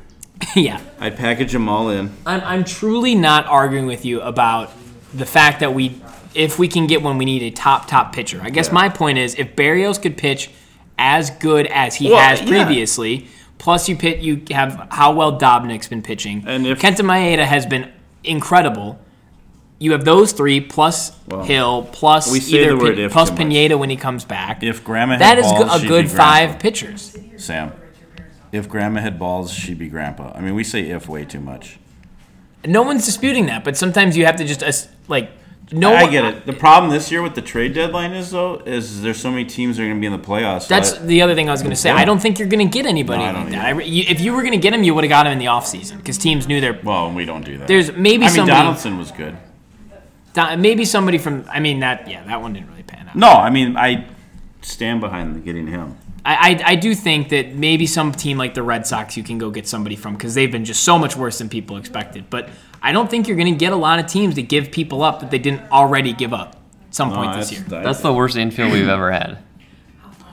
S1: (laughs) yeah,
S2: I'd package them all in.
S1: I'm I'm truly not arguing with you about the fact that we if we can get one, we need a top top pitcher. I guess
S2: Yeah.
S1: my point is if Barrios could pitch as good as he
S2: Well,
S1: has
S2: yeah.
S1: previously. Plus, you pit you have how well Dobnik's been pitching.
S2: And if-
S1: Kenta Maeda has been incredible. You have those three plus
S2: Well,
S1: Hill plus
S2: we say
S1: either
S2: the word
S1: Pi-
S2: if
S1: plus
S2: too much.
S1: Pineda when he comes back.
S4: If Grandma had
S1: that is
S4: balls,
S1: go- a
S4: she'd
S1: good
S4: be grandpa.
S1: five pitchers.
S4: Sam, if Grandma had balls, she'd be Grandpa. I mean, we say if way too much.
S1: No one's disputing that, but sometimes you have to just as- like no.
S2: I
S1: one-
S2: get it. The problem this year with the trade deadline is though is there's so many teams that are going to be in the playoffs. so
S1: That's
S2: I-
S1: the other thing I was going to say. I don't think you're going to get anybody
S2: No, I
S1: like
S2: don't
S1: that. I re- you, if you were going to get him, you would have got him in the offseason because teams knew their.
S4: Well, we don't do that.
S1: There's maybe
S2: I mean
S1: somebody.
S2: Donaldson was good.
S1: Don- maybe somebody from. I mean that. Yeah, that one didn't really pan out.
S2: No, I mean I stand behind getting him.
S1: I, I I do think that maybe some team like the Red Sox you can go get somebody from because they've been just so much worse than people expected. But I don't think you're going to get a lot of teams that give people up that they didn't already give up at some point
S2: No,
S1: this year.
S2: that's- I-
S3: That's the worst infield we've ever had.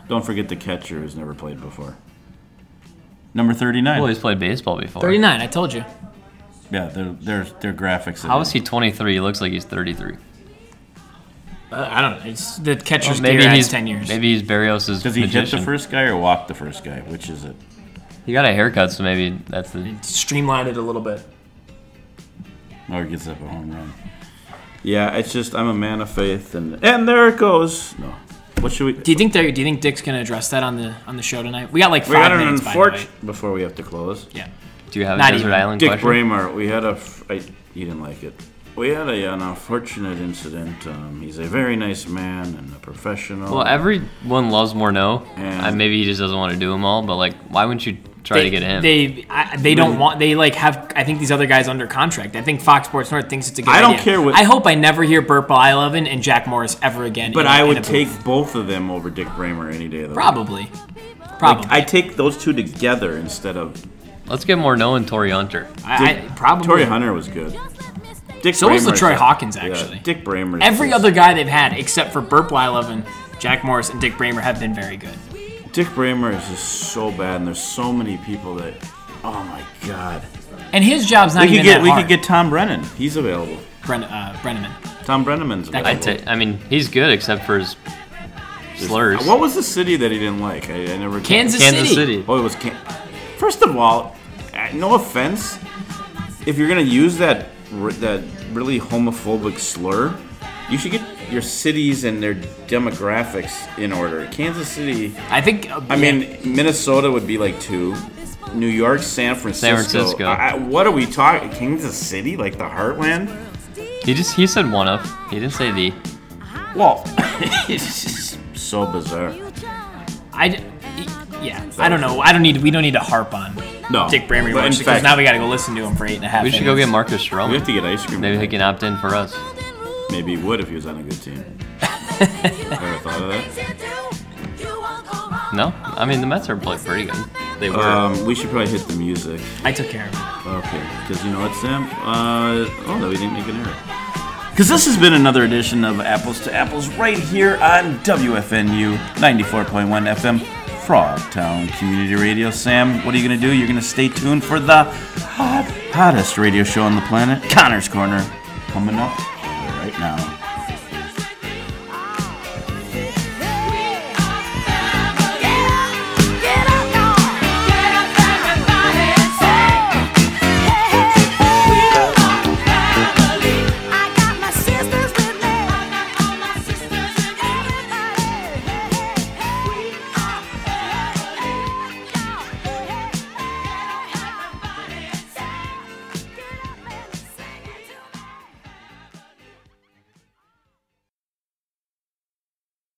S2: Don't forget the catcher who's never played before.
S4: number thirty-nine.
S3: Well, he's played baseball before.
S1: 39. I told you.
S4: yeah, they're, they're, they're graphics. that-
S3: How is he 23? He looks like he's 33.
S1: Uh, I don't know. It's the catcher's
S3: Well, maybe
S1: gear adds
S3: he's
S1: 10 years.
S3: Maybe he's Barrios'
S4: Does he
S3: magician.
S4: hit the first guy or walk the first guy? Which is it?
S3: He got a haircut, so maybe that's the.
S1: Streamline it a little bit.
S4: Or gets up a home run?
S2: Yeah, it's just I'm a man of faith, and and there it goes. No, what should we?
S1: Do you think they do you think Dick's gonna address that on the on the show tonight? We got like
S2: we
S1: five
S2: got an
S1: minutes.
S2: unfortunate before we have to close.
S1: By the way. Yeah.
S3: Do you have a
S1: Not
S3: desert
S1: even.
S3: island
S2: Dick
S3: question?
S2: Bramer, we had a. f- I, you didn't like it. We had a, an unfortunate incident. Um, he's a very nice man and a professional.
S3: Well, everyone loves Morneau.
S2: Yeah.
S3: Uh, maybe he just doesn't want to do them all, but like, why wouldn't you try to get him?
S1: They I, they don't want they like have I think these other guys under contract. I think Fox Sports North thinks it's a good
S2: I don't
S1: idea.
S2: care what-
S1: I hope I never hear Burt Bylevin and Jack Morris ever again.
S2: but
S1: in-
S2: I
S1: in
S2: would
S1: a booth.
S2: take both of them over Dick Bramer any day of the week.
S1: probably. Probably.
S2: I take those two together instead of
S3: Let's get Morneau and Torrey Hunter.
S1: I, I, probably
S2: Torrey Hunter was good. Dick
S1: So was
S2: Bramer's-
S1: Latroy Hawkins,
S2: yeah,
S1: actually.
S2: Dick Bramer.
S1: Every other guy they've had except for Burt Bylevin, Jack Morris, and Dick Bramer have been very good.
S2: Dick Bramer is just so bad, and there's so many people that. Oh my God.
S1: And his job's not
S2: We could
S1: even
S2: get
S1: that
S2: we
S1: hard.
S2: could get Tom Brennan. He's available.
S1: Bren, uh, Brenneman.
S2: Tom Brennan's
S1: That
S2: available.
S1: guy-
S3: I ta- I mean, he's good except for his slurs.
S2: What was the city that he didn't like? I, I never.
S1: Kansas,
S3: Kansas City.
S2: Oh, it was Can- First of all, uh, no offense. If you're gonna use that r- that really homophobic slur, you should get your cities and their demographics in order. Kansas City.
S1: I think. uh,
S2: I
S1: yeah.
S2: mean, Minnesota would be like two. New York, San Francisco.
S3: Francisco.
S2: I, I- what are we talking? Kansas City, like the heartland.
S3: He just he said one of. He didn't say the.
S2: (laughs) Well, it's just so bizarre.
S1: I, d- y- yeah, I don't know. I don't need. We don't need to harp on
S2: No,
S1: Dick Bramer
S2: But in
S1: much because
S2: fact-
S1: now we got to go listen to him for eight and a half.
S3: We should go get
S1: minutes.
S3: Marcus
S2: We have
S3: Stroman.
S2: to get ice cream.
S3: Maybe he can opt in for us.
S2: Maybe he would if he was on a good team. Ever thought of that? (laughs)
S3: No, I mean the Mets are like pretty good. They were.
S2: Um, we should probably hit the music.
S1: I took care of it.
S2: Okay, because you know what, Sam? Uh, oh, no, we didn't make an error. Because this has been another edition of Apples to Apples right here on WFNU 94.1 FM, Frogtown Community Radio. Sam, what are you going to do? You're going to stay tuned for the hot, hottest radio show on the planet, Connor's Corner, coming up right now.